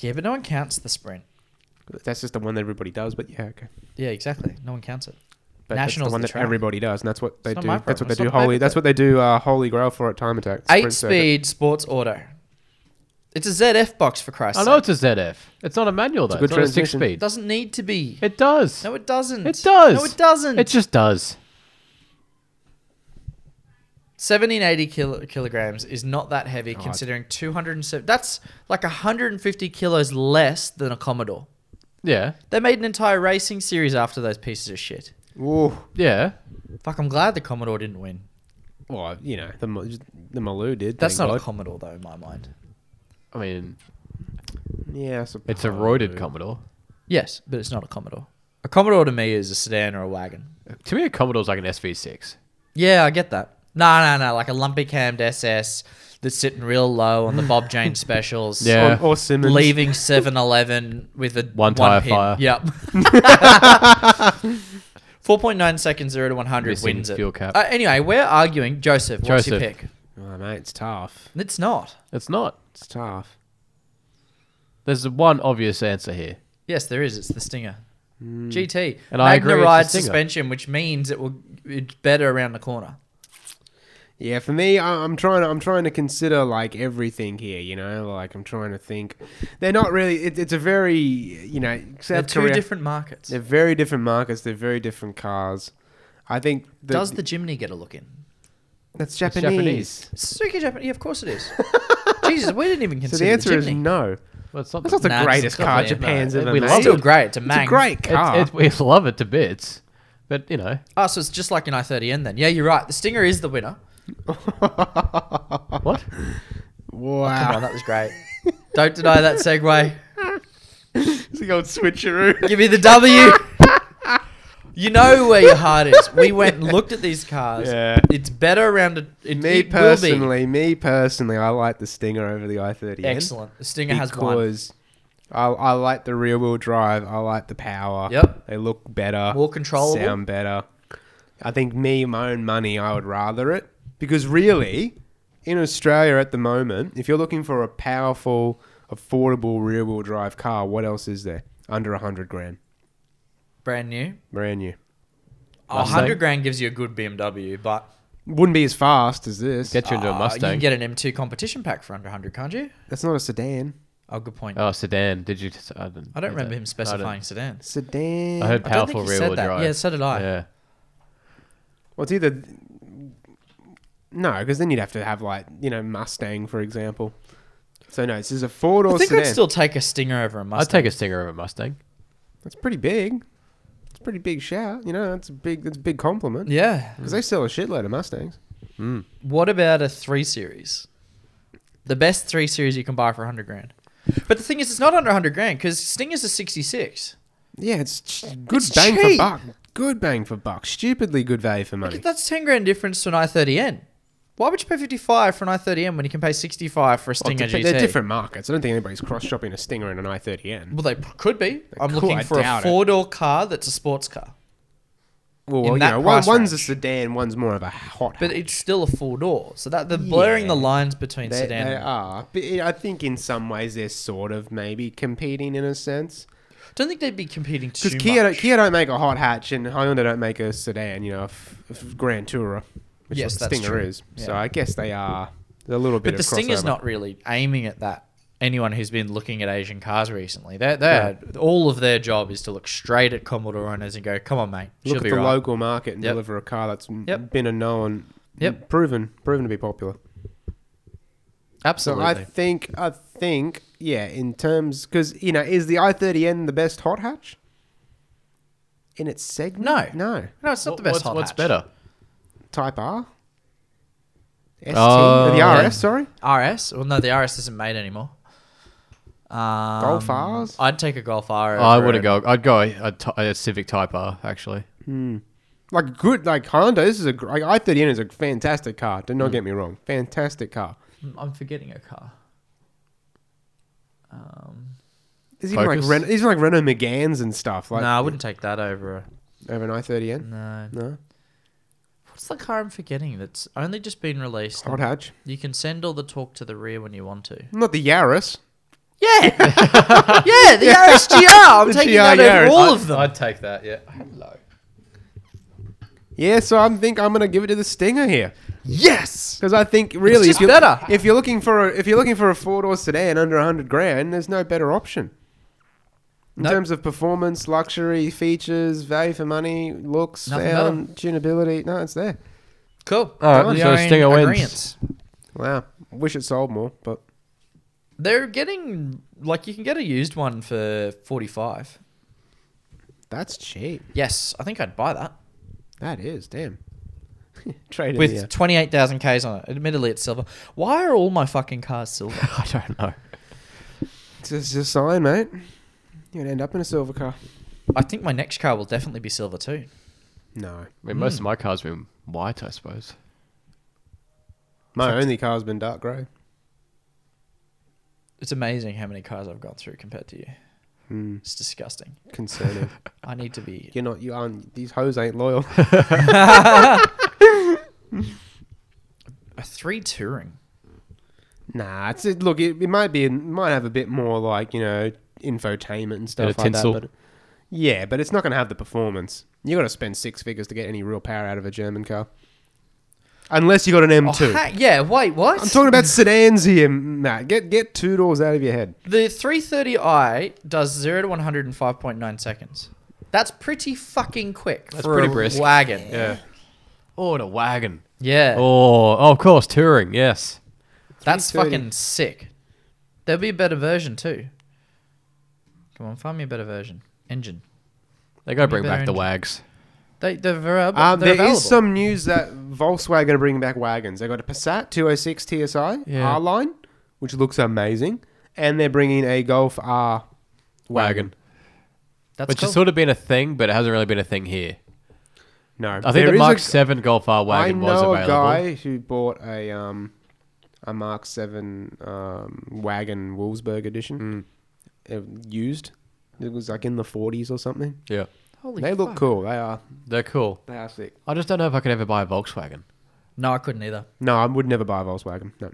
C: Yeah, but no one counts the sprint.
B: That's just the one that everybody does. But yeah, okay.
C: Yeah, exactly. No one counts it.
B: But
C: National's
B: that's the one
C: the
B: that
C: track.
B: everybody does, and that's what they
C: not
B: do.
C: my
B: That's what
C: problem.
B: they
C: It's
B: do.
C: not my
B: Holy, that's
C: problem.
B: what they do. Uh, Holy Grail for at Time Attack.
C: Eight
B: Sprint circuit.
C: speed sports auto. It's a ZF box for Christ's
D: I know
C: sake.
D: it's a ZF. It's not a manual though.
B: good
D: It's, not a six
B: transmission.
C: It
D: speed.
C: doesn't need to be.
D: It does.
C: no, it doesn't.
D: It does.
C: No, it doesn't.
D: It just does.
C: 1780 kil- kilograms is not that heavy considering 207. That's like 150 kilos less than a Commodore.
D: Yeah.
C: They made an entire racing series after those pieces of shit.
B: Ooh.
D: Yeah.
C: Fuck, I'm glad the Commodore didn't win.
B: Well, you know the Mal- the Maloo did.
C: That's
B: thank
C: not a
B: God.
C: Commodore, though, in my mind.
D: I mean,
B: yeah, I suppose.
D: it's a roided Commodore.
C: Yes, but it's not a Commodore. A Commodore to me is a sedan or a wagon.
D: To me, a Commodore's like an SV6.
C: Yeah, I get that. No, no, no, like a lumpy cammed SS that's sitting real low on the Bob Jane specials.
D: Yeah.
B: Or, or Simmons.
C: Leaving 7 Eleven with a
D: One tire
C: pin.
D: fire.
C: Yep. 4.9 seconds, 0 to 100
D: Missing
C: wins it.
D: fuel cap.
C: Uh, anyway, we're arguing. Joseph, what's your
D: Joseph.
C: pick?
B: Oh, mate, it's tough.
C: It's not.
D: It's not.
B: It's tough.
D: There's one obvious answer here.
C: Yes, there is. It's the Stinger. GT.
D: Mm. And I agree, it's the
C: ride
D: Stinger.
C: suspension, which means it will it's better around the corner.
B: Yeah, for me, I, I'm trying. To, I'm trying to consider like everything here. You know, like I'm trying to think. They're not really. It, it's a very you know.
C: They're
B: South
C: two
B: Korea-
C: different markets.
B: They're very different markets. They're very different cars. I think. The,
C: Does the Jimny get a look in?
B: that's
D: Japanese.
B: Japanese?
C: Suzuki Japanese, yeah, of course it is. Jesus, we didn't even
B: So
C: consider
B: the answer
C: the
B: is
C: Jimny.
B: no.
D: Well, it's not.
B: That's not the
C: Nah, it's
B: greatest
C: not
B: car
C: the-
B: Japan's
D: no,
B: ever
D: we
B: made.
C: It's still
D: it.
C: great. It's a
B: It's a
C: mang.
B: great car.
D: It's, it's, we love it to bits, but you know
C: Oh, so it's just like an i30N then. Yeah, you're right. The Stinger is the winner.
D: what?
B: wow.
C: Come on, that was great. Don't deny that segue.
B: It's the old switcheroo.
C: Give me the W. You know where your heart is. We went and looked at these cars.
B: Yeah.
C: It's better around a, it,
B: me
C: it will be.
B: personally, me personally, I like the Stinger over the i30.
C: Excellent. The Stinger has one.
B: Because I, I like the rear wheel drive. I like the power.
C: Yep.
B: They look better.
C: More controllable.
B: Sound better. I think me, my own money, I would rather it. Because really, in Australia at the moment, if you're looking for a powerful, affordable rear wheel drive car, what else is there? Under 100 grand.
C: Brand new.
B: Brand new.
C: A
D: Mustang.
C: 100 grand gives you a good BMW, but
B: Wouldn't be as fast as this.
D: Get you into a
C: uh, you can
D: Mustang.
C: get an M2 competition pack for under 100, can't you?
B: That's not a sedan.
C: Oh, good point.
D: oh, sedan. Did you? I, didn't,
C: I don't remember him
D: didn't-
C: specifying sedans.
B: Sedan.
D: I, heard
C: I don't think
D: powerful
C: he
D: rear
C: said
D: wheel
C: that.
D: drive.
C: Yeah, so did I.
D: Yeah.
B: Well, it's either no, because then you'd have to have like you know Mustang for example. So no, this is a four
C: I
B: door
C: think
B: sedan.
C: I'd still take a Stinger over a Mustang.
D: I'd take a Stinger over a Mustang.
B: that's pretty big. It's a pretty big shout. You know, that's a big that's a big compliment because
C: Yeah.
B: they sell a shitload of Mustangs.
C: What about a three series? The best three series you can buy for 100 grand. But the thing is, it's not under 100 grand because Stinger's a 66.
B: Yeah, it's ch- good
C: It's
B: bang for
C: cheap.
B: buck. Good bang for buck. Stupidly good value for money.
C: That's 10 grand difference to an i30N. Why would you pay 55 for an i30N when you can pay 65 for a
B: Well,
C: Stinger
B: dep-
C: GT?
B: they're different markets. I don't think anybody's cross shopping a Stinger and an i30N.
C: Well, they p- could be. I'm
B: could,
C: looking
B: I
C: for a
B: doubt it.
C: four door car that's a sports car.
B: Well,
C: in
B: well you
C: that
B: know, one,
C: price
B: one's a
C: range.
B: sedan, one's more of a hot.
C: But it's still a four door, so that the blurring the
B: Yeah.
C: lines between
B: they,
C: sedan.
B: they
C: and-
B: are. But I think in some ways they're sort of maybe competing in a sense.
C: Don't think they'd be competing too
B: Because Kia, don't-
C: much.
B: Kia don't make a hot hatch and Hyundai don't make a sedan, you know, a f- f- Grand Tourer, which
C: Yes,
B: is what
C: that's
B: Stinger
C: true.
B: is. So
C: Yeah.
B: I guess they are a little bit
C: but
B: of
C: the Stinger's
B: crossover.
C: not really aiming at that. Anyone who's been looking at Asian cars recently, they they all of their job is to look straight at Commodore owners and go, "Come on, mate, she'll
B: Look at
C: be
B: the
C: right."
B: local market and
C: Yep.
B: deliver a car that's m
C: Yep.
B: been a known,
C: Yep.
B: proven, proven to be popular. So
C: Absolutely.
B: I think, I think, yeah, in terms, because you know, is the i30N the best hot hatch in its segment?
C: No.
B: no.
C: no, it's not
D: What-
C: the best.
D: what's,
C: hot
D: what's
C: hatch.
D: better?
B: Type R. ST,
D: Oh.
B: the RS, sorry.
C: RS? Well, no, the RS isn't made anymore. Um,
B: Golf Rs?
C: I'd take a Golf
B: Uh,
C: R.
D: I
C: over
D: would
C: a-
D: have go. I'd go a, a t- a Civic Type R actually.
B: Like good, like Honda. This is a gr- like i30N is a fantastic car. Do
D: Mm.
B: not get me wrong, fantastic car.
C: I'm forgetting a car.
B: There's even like
D: Focus?
B: Ren- there's even like Renault Megans and stuff like
C: no, I wouldn't take that over. A,
B: over an i30N.
C: no.
B: No,
C: What's the car I'm forgetting that's only just been released?
B: hot hatch.
C: You can send all the torque to the rear when you want to.
B: Not the Yaris.
C: Yeah, yeah, the RS GR. Oh, I'm
B: The
C: taking
B: GR
C: that
B: Yaris.
C: over all
D: I'd-
C: of them.
D: I'd take that. Yeah. Hello.
B: Yeah, so I'm think I'm gonna give it to the Stinger here
C: yes.
B: because I think really
C: just
B: if you're,
C: better.
B: if you're looking for a, if you're looking for a four door sedan under hundred grand, there's no better option. In
C: Nope.
B: terms of performance, luxury, features, value for money, looks,
C: Nothing
B: sound, tunability, no, it's there.
C: Cool.
D: All right,
C: We
D: so
C: are in
D: Stinger wins.
C: agreeance.
B: Wow, wish it sold more, but
C: They're getting like you can get a used one for forty five.
B: that's cheap.
C: Yes, I think I'd buy that.
B: That is damn. Trade
C: with
B: in, yeah.
C: 28,000 Ks on it. Admittedly, it's silver. Why are all my fucking cars silver?
D: I don't know.
B: It's just a sign, mate. You're gonna end up in a silver car.
C: I think my next car will definitely be silver too.
B: No,
D: I mean,
B: Hmm.
D: most of my cars been white, I suppose.
B: my only car's been dark grey.
C: It's amazing how many cars I've gone through compared to you. It's disgusting.
B: Concerning.
C: I need to be.
B: You're not. You aren't. These hoes ain't loyal.
C: A three touring.
B: Nah, it's it, look. It, it might be. It might have a bit more like you know infotainment and stuff
D: Bit of
B: like
D: tinsel.
B: that. But yeah, but it's not going to have the performance. You got to spend six figures to get any real power out of a German car, unless you got an
C: Oh,
B: M2.
C: ha- yeah, wait, what?
B: I'm talking about sedans here, Matt. Get get two doors out of your head.
C: the 330i does 0 to 100 in 5.9 seconds. That's pretty fucking quick That's for
D: pretty
C: a
D: brisk.
C: wagon.
D: Yeah. Oh, the wagon.
C: Yeah.
D: Oh, oh, of course, touring. Yes.
C: That's
B: 330.
C: fucking sick. There'll be a better version too. Come on, find me a better version. Engine.
D: They gotta bring
C: better
D: back the
C: engine.
D: wags.
C: They, they're, ver-
B: Um,
C: they're
B: there
C: available.
B: is some news that Volkswagen are bringing back wagons. They got a Passat 206 TSI
D: Yeah.
B: R line, which looks amazing, and they're bringing a Golf R wagon.
D: Wagon,
C: That's
D: which
C: cool.
D: has sort of been a thing, but it hasn't really been a thing here.
B: No,
D: I think
B: there
D: the
B: is
D: Mark
B: a-
D: Seven Golf R wagon
B: I know
D: was
B: a
D: available.
B: guy who bought a um a Mark Seven um, wagon Wolfsburg edition,
D: Hmm.
B: It- used. It was like in the 40s or something.
D: Yeah,
C: Holy
B: they look
C: fuck.
B: cool. They are.
D: they're cool.
B: They are sick.
D: I just don't know if I could ever buy a Volkswagen,
C: No, I couldn't either.
B: No, I would never buy a Volkswagen. No,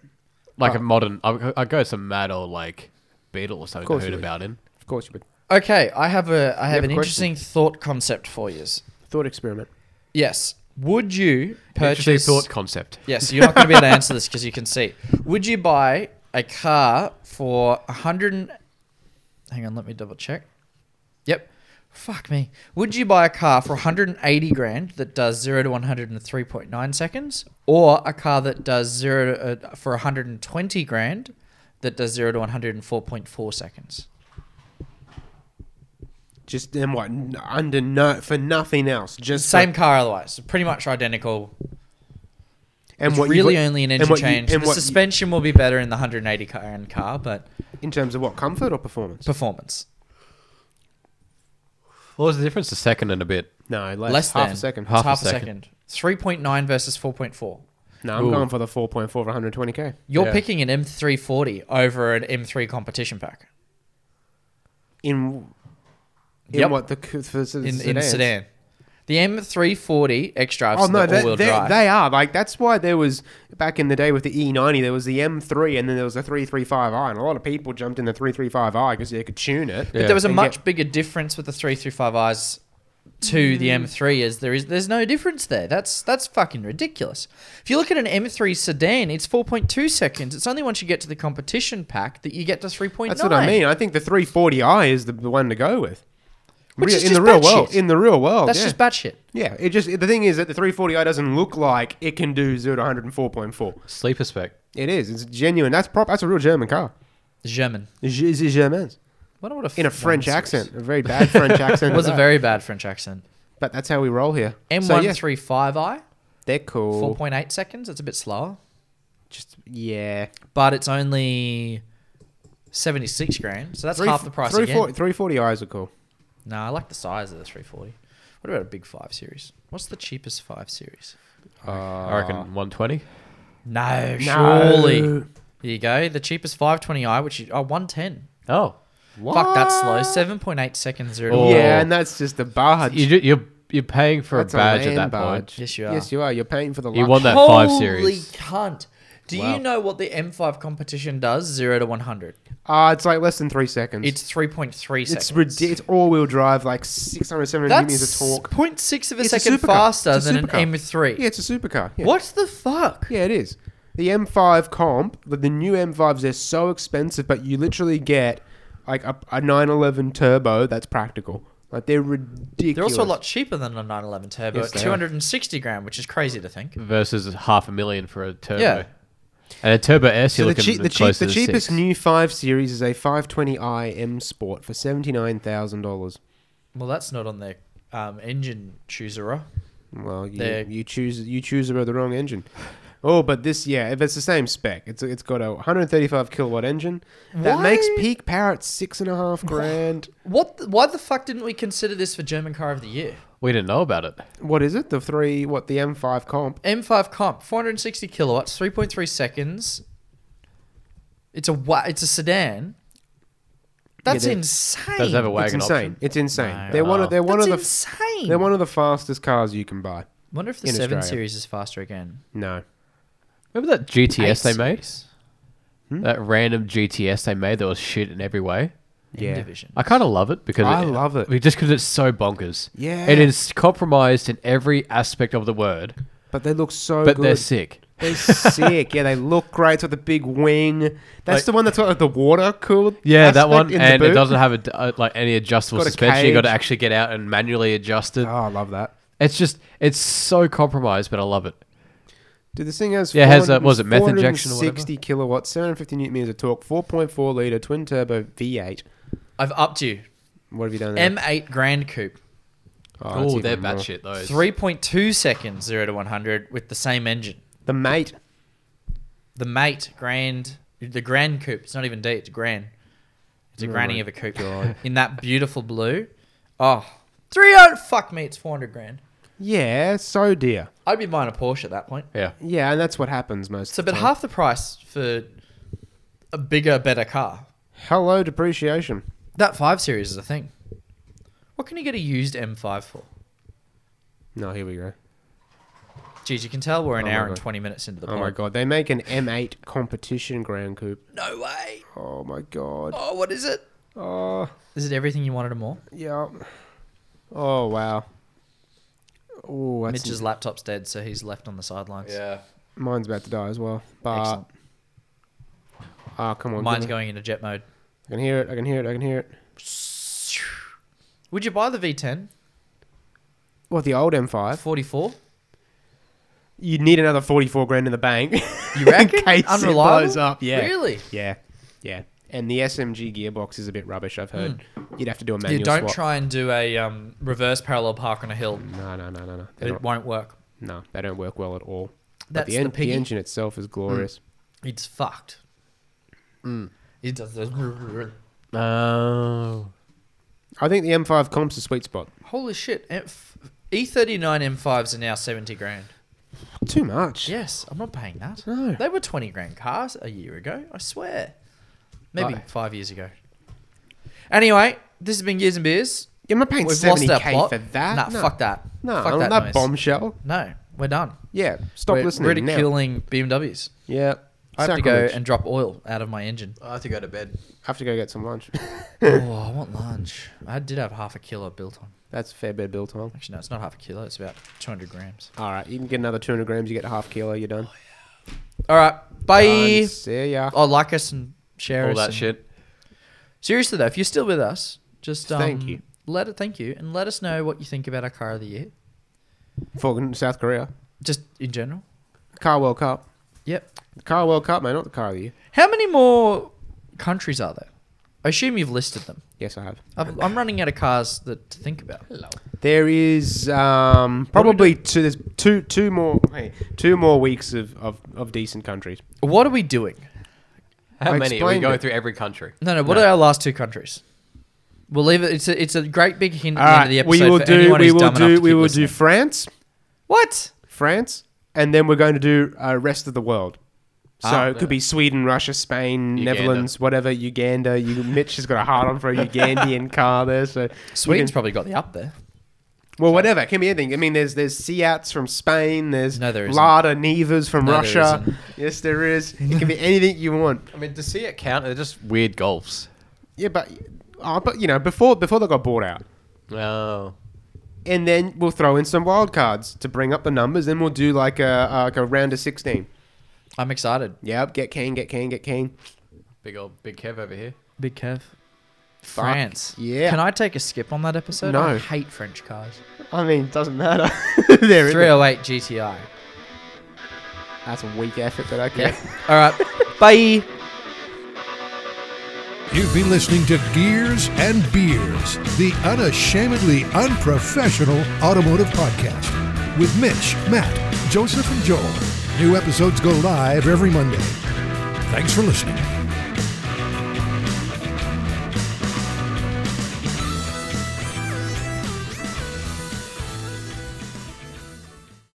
D: like a
B: Oh.
D: modern. I- I'd go some mad old like Beetle or something.
B: course
D: I
B: you
D: heard
B: would.
D: about in.
B: of course you would.
C: Okay, I have a I have,
B: have
C: an
B: a question?
C: interesting thought concept for you.
B: Thought experiment.
C: Yes. Would you
D: Interesting
C: purchase?
D: thought concept.
C: Yes, you're not going to be able to answer this because you can see. Would you buy a car for a hundred? and- Hang on, let me double check. Yep. Fuck me. Would you buy a car for 180 grand that does 0 to 100 in 3.9 seconds or a car that does 0 to, uh, for 120 grand that does 0 to 100 in 4.4 seconds?
B: Just then what? n- Under no for nothing else. Just for-
C: Same car otherwise. Pretty much identical.
B: and
C: it's
B: what you
C: really
B: would-
C: only an
B: and
C: engine
B: what you-
C: change.
B: and
C: the
B: what you-
C: suspension will be better in the 180 car and car, but
B: in terms of what comfort or performance?
C: performance.
D: What was the difference? A second and a bit.
B: No, less,
C: Less
B: Uh, half
C: than.
B: a second.
C: It's half, a second. 3.9 versus 4.4.
B: No, I'm
D: Ooh.
B: going for the 4.4 for 120k.
C: You're
D: Yeah.
C: picking an M340 over an M3 competition pack.
B: In in
C: Yep.
B: what the c- for s-
C: in, in
B: sedans.
C: sedan. The M340 X drive,
B: Oh
C: oh,
B: no,
C: all-wheel
B: they, they,
C: drive.
B: they are like that's why there was back in the day with the E90 there was the M3 and then there was the 335i and a lot of people jumped in the 335i because they could tune it.
C: but there was a
B: And
C: much
B: get-
C: bigger difference with the 335Is to
B: Mm.
C: the M3 as there is there's no difference there. That's that's fucking ridiculous. If you look at an M3 sedan, it's 4.2 seconds. It's only once you get to the competition pack that you get to 3.9.
B: That's what I mean. I think the 340i is the, the one to go with.
C: Which
B: Real-
C: is
B: in
C: just
B: the real world,
C: batshit.
B: in the real world,
C: That's
B: yeah.
C: just batshit.
B: Yeah, it just the thing is that the 340i doesn't look like it can do 0 to 104.4.
D: Sleeper spec.
B: It is. It's genuine. That's prop. That's a real German car.
C: German.
B: Is is German
C: What what a
B: in a
C: fucking
B: French
C: nonsense.
B: accent, a very bad French accent.
C: It was a
B: at
C: very bad French accent.
B: that. But that's how we roll here. So, yeah,
C: M135i,
B: they're cool.
C: 4.8 seconds. It's a bit slower,
B: Just yeah.
C: but it's only 76 grand. So that's
B: Three-
C: half the price
B: Three
C: again.
B: four- 340i's are cool.
C: No, I like the size of the 340. What about a big 5 series? What's the cheapest 5 series?
D: I reckon 120.
C: No, surely.
B: surely.
C: There you go. The cheapest 520i, which is oh, 110.
D: Oh,
C: Fuck, that's slow. 7.8 seconds. Zero to
D: Oh.
C: 100.
B: Yeah, and that's just a barge.
D: you, ju- you're you're paying for
B: That's
D: a badge at
B: land
D: that
B: barge.
D: point.
C: Yes, you are.
B: Yes, you are. You're paying for the.
D: You
B: luxury.
D: want that
C: Holy
D: five series?
C: cunt. Do
D: Wow.
C: you know what the M5 competition does? 0 to 100.
B: Ah, it's like less than three seconds.
C: It's 3.3 seconds.
B: it's ridi- It's all-wheel drive, like 670 meters of
C: That's
B: torque.
C: 0.6 of a
B: It's
C: second
B: supercar.
C: faster
B: It's a
C: than an
B: supercar.
C: M3.
B: Yeah, it's a supercar. Yeah.
C: What the fuck?
B: Yeah, it is. The M5 comp, the, the new M5s, they're so expensive, but you literally get like a, a 911 turbo that's practical. Like they're ridiculous.
C: They're also a lot cheaper than a 911 Turbo
B: Yes,
C: at
B: they are. Mm.
C: 260 grand, which is crazy to think.
D: Versus half a million for a turbo.
C: Yeah.
D: And a turbo S,
B: So
D: you're
B: the,
D: looking
B: cheap, the, cheap,
D: closer
B: the
D: to
B: cheapest
D: six.
B: new 5 Series is a 520i M Sport for $79,000.
C: Well, that's not on their um, engine chooserer.
B: Well, you,
C: They're-
B: you choose you choose about the wrong engine. Oh, but this yeah, if it's the same spec, it's it's got a 135 kilowatt engine that makes
C: Why?
B: peak power at six and a half grand.
C: What? The, why the fuck didn't we consider this for German Car of the Year?
D: We didn't know about it.
B: What is it? The three what the M5 comp?
C: M5 Comp, 460 kilowatts, 3.3 seconds. It's a wa- it's a sedan. That's
B: they-
C: insane.
D: Does it have a wagon
B: it's insane.
D: option?
B: It's insane.
C: No.
B: they're one of they're one
C: That's
B: of the
C: insane.
B: they're one of the fastest cars you can buy.
C: Wonder if the
B: in
C: 7
B: Australia.
C: Series is faster again.
B: No,
D: Remember that GTS
C: Eight
D: they made?
C: series.
D: That random GTS they made that was shit in every way.
B: yeah,
C: Division.
D: I kind of love it because
B: I love it.
D: we- just because it's so bonkers.
B: Yeah.
D: it is compromised in every aspect of the word,
B: but they look so
D: but
B: good.
D: they're sick.
B: They're sick. Yeah, they look great. It's with the big wing. That's
D: Like-
B: the one that's got like, the water cooled.
D: Yeah, that
B: aspect
D: one,
B: in the
D: and it
B: boot.
D: doesn't have a d- uh, like any adjustable
B: Got a
D: suspension. You got to
B: cage.
D: actually get out and manually adjust it.
B: Oh, I love that.
D: It's just it's so compromised, but I love it.
B: Dude, this thing has
D: Yeah, it has a-
B: 400
D: was it meth injection or whatever?
B: 460 kilowatts, 750 newton meters of torque, 4.4 liter twin turbo V8.
C: I've upped you.
B: What have you done there?
C: M8 Grand Coupe.
B: Oh, that's
D: Oh, they're
B: even more.
D: batshit those.
C: 3.2 seconds 0 to 100 with the same engine.
B: The mate.
C: The Mate Grand, the Grand Coupe. It's not even D, it's Grand. It's a granny of a coupe in that beautiful blue. Oh, 300 fuck me, it's 400 grand.
B: Yeah, so dear.
C: I'd be buying a Porsche at that point.
D: yeah,
B: Yeah, and that's what happens most.
C: So
B: of the
C: but
B: time.
C: half the price for a bigger better car.
B: Hello, depreciation.
C: That 5 series is a thing. What can you get a used M5 for?
B: No, here we go.
C: Geez, you can tell we're an
B: Oh my
C: hour and
B: God.
C: 20 minutes into the
B: Oh my
C: pod.
B: god, they make an M8 competition Grand Coupe.
C: No way.
B: Oh my god.
C: Oh, what is it?
B: Oh,
C: Is it everything you wanted and more?
B: yeah. Oh wow. Oh, that's
C: Mitch's laptop's dead, so he's left on the sidelines.
B: mine's about to die as well. But
C: Excellent.
B: ah, come on.
C: Mine's
B: give me-
C: going into jet mode.
B: I can hear it. I can hear it. I can hear it.
C: Would you buy the V10?
B: What the old M5?
C: 44?
B: You'd need another forty-four grand in the bank.
C: You reckon?
B: in case
C: Unreliable?
B: it blows up. Yeah.
C: Really?
B: Yeah. Yeah. And the SMG gearbox is a bit rubbish. I've heard. You'd have to do a manual
C: Dude, Hmm. don't
B: swap. Mm.
C: try and do a um, reverse parallel park on a hill.
B: No, no, no, no, no. They
C: It
B: don't,
C: won't work.
B: no, they don't work well at all.
C: That's
B: But the,
C: the,
B: en- the,
C: piggy. Hmm.
B: engine itself is glorious.
C: It's fucked.
B: Mm.
C: It does the
D: Oh,
B: I think the M5 comp's a sweet spot.
C: Holy shit. F- E E39 M5s are now 70 grand.
B: Too much.
C: Yes, I'm not paying that.
B: No.
C: They were 20 grand cars a year ago, I swear. Maybe
B: Right.
C: five years ago. Anyway, this has been Gears and Beers.
B: I'm not paying
C: We've lost our
B: 70k
C: plot.
B: for that.
C: Nah,
B: No.
C: fuck that.
B: No,
C: Fuck
B: I don't-
C: that
B: that,
C: noise.
B: bombshell.
C: No, we're done.
B: Yeah, stop
C: we're
B: listening
C: ridiculing BMWs.
B: now. Yeah,
C: I have
B: Sacrilege.
C: to go and drop oil out of my engine.
E: I have to go to bed.
B: I have to go get some lunch.
C: oh, I want lunch. I did have half a kilo built on.
B: That's a fair bit of bill time.
C: Actually, no, it's not half a kilo. It's about 200 grams.
B: All right, you can get another 200 grams. You get a half kilo. You're done.
C: All right, bye.
B: Done. See ya.
C: Oh, like us and share
D: All
C: us
D: that
C: and-
D: shit.
C: Seriously though, if you're still with us, just um,
B: Thank you.
C: Let it. Thank you, and let us know what you think about our car of the year,
B: Fucking South Korea.
C: just in general.
B: Car World Cup.
C: Yep.
B: Car World Cup, mate, not the car of the year.
C: How many more countries are there? I assume you've listed them.
B: Yes, I have.
C: I've, I'm running out of cars that to think about. Hello.
B: There is um, probably two. There's two, two more. Hey, two more weeks of, of, of decent countries.
C: What are we doing?
D: How
B: I
D: many? Are we
B: explained
D: going
B: it.
D: through every country?
C: No, no. What are our last two countries? We'll leave it. It's a, it's a great big hint at
B: All
C: the end
B: right,
C: of the episode.
B: we will
C: for
B: do.
C: anyone
B: We
C: who's
B: will
C: dumb enough
B: do.
C: to
B: We
C: keep
B: will
C: listening.
B: do France,
C: What?
B: France, and then we're going to do uh, rest of the world. So
D: Ah,
B: it could be Sweden, Russia, Spain,
D: Uganda.
B: Netherlands, whatever. Uganda. You, Mitch has got a hard on for a Ugandan car there. So
C: Sweden's
B: you can-
C: probably got the up there.
B: well, whatever. It can be anything. I mean, there's there's Seats from Spain. There's
C: No, there isn't.
B: Lada Nevas from
C: No, there
B: Russia.
C: isn't.
B: yes, there is. It can be anything you want.
D: I mean, to see it count, they're just weird golfs.
B: Yeah, but uh, but you know before before they got bought out,
D: Oh.
B: and then we'll throw in some wild cards to bring up the numbers. Then we'll do like a uh, like a round of sixteen.
C: I'm excited.
B: Yep, get Kane, get Kane, get Kane.
D: Big old Big Kev over here.
C: Big Kev. France.
B: yeah.
C: Can I take a skip on that episode?
B: No.
C: I hate French cars.
B: I mean, it doesn't matter. there it is.
C: 308 GTI.
B: That's a weak effort, but okay.
C: Yep. All right. Bye.
A: You've been listening to Gears and Beers, the unashamedly unprofessional automotive podcast with Mitch, Matt, Joseph, and Joel. New episodes go live every Monday. Thanks for listening.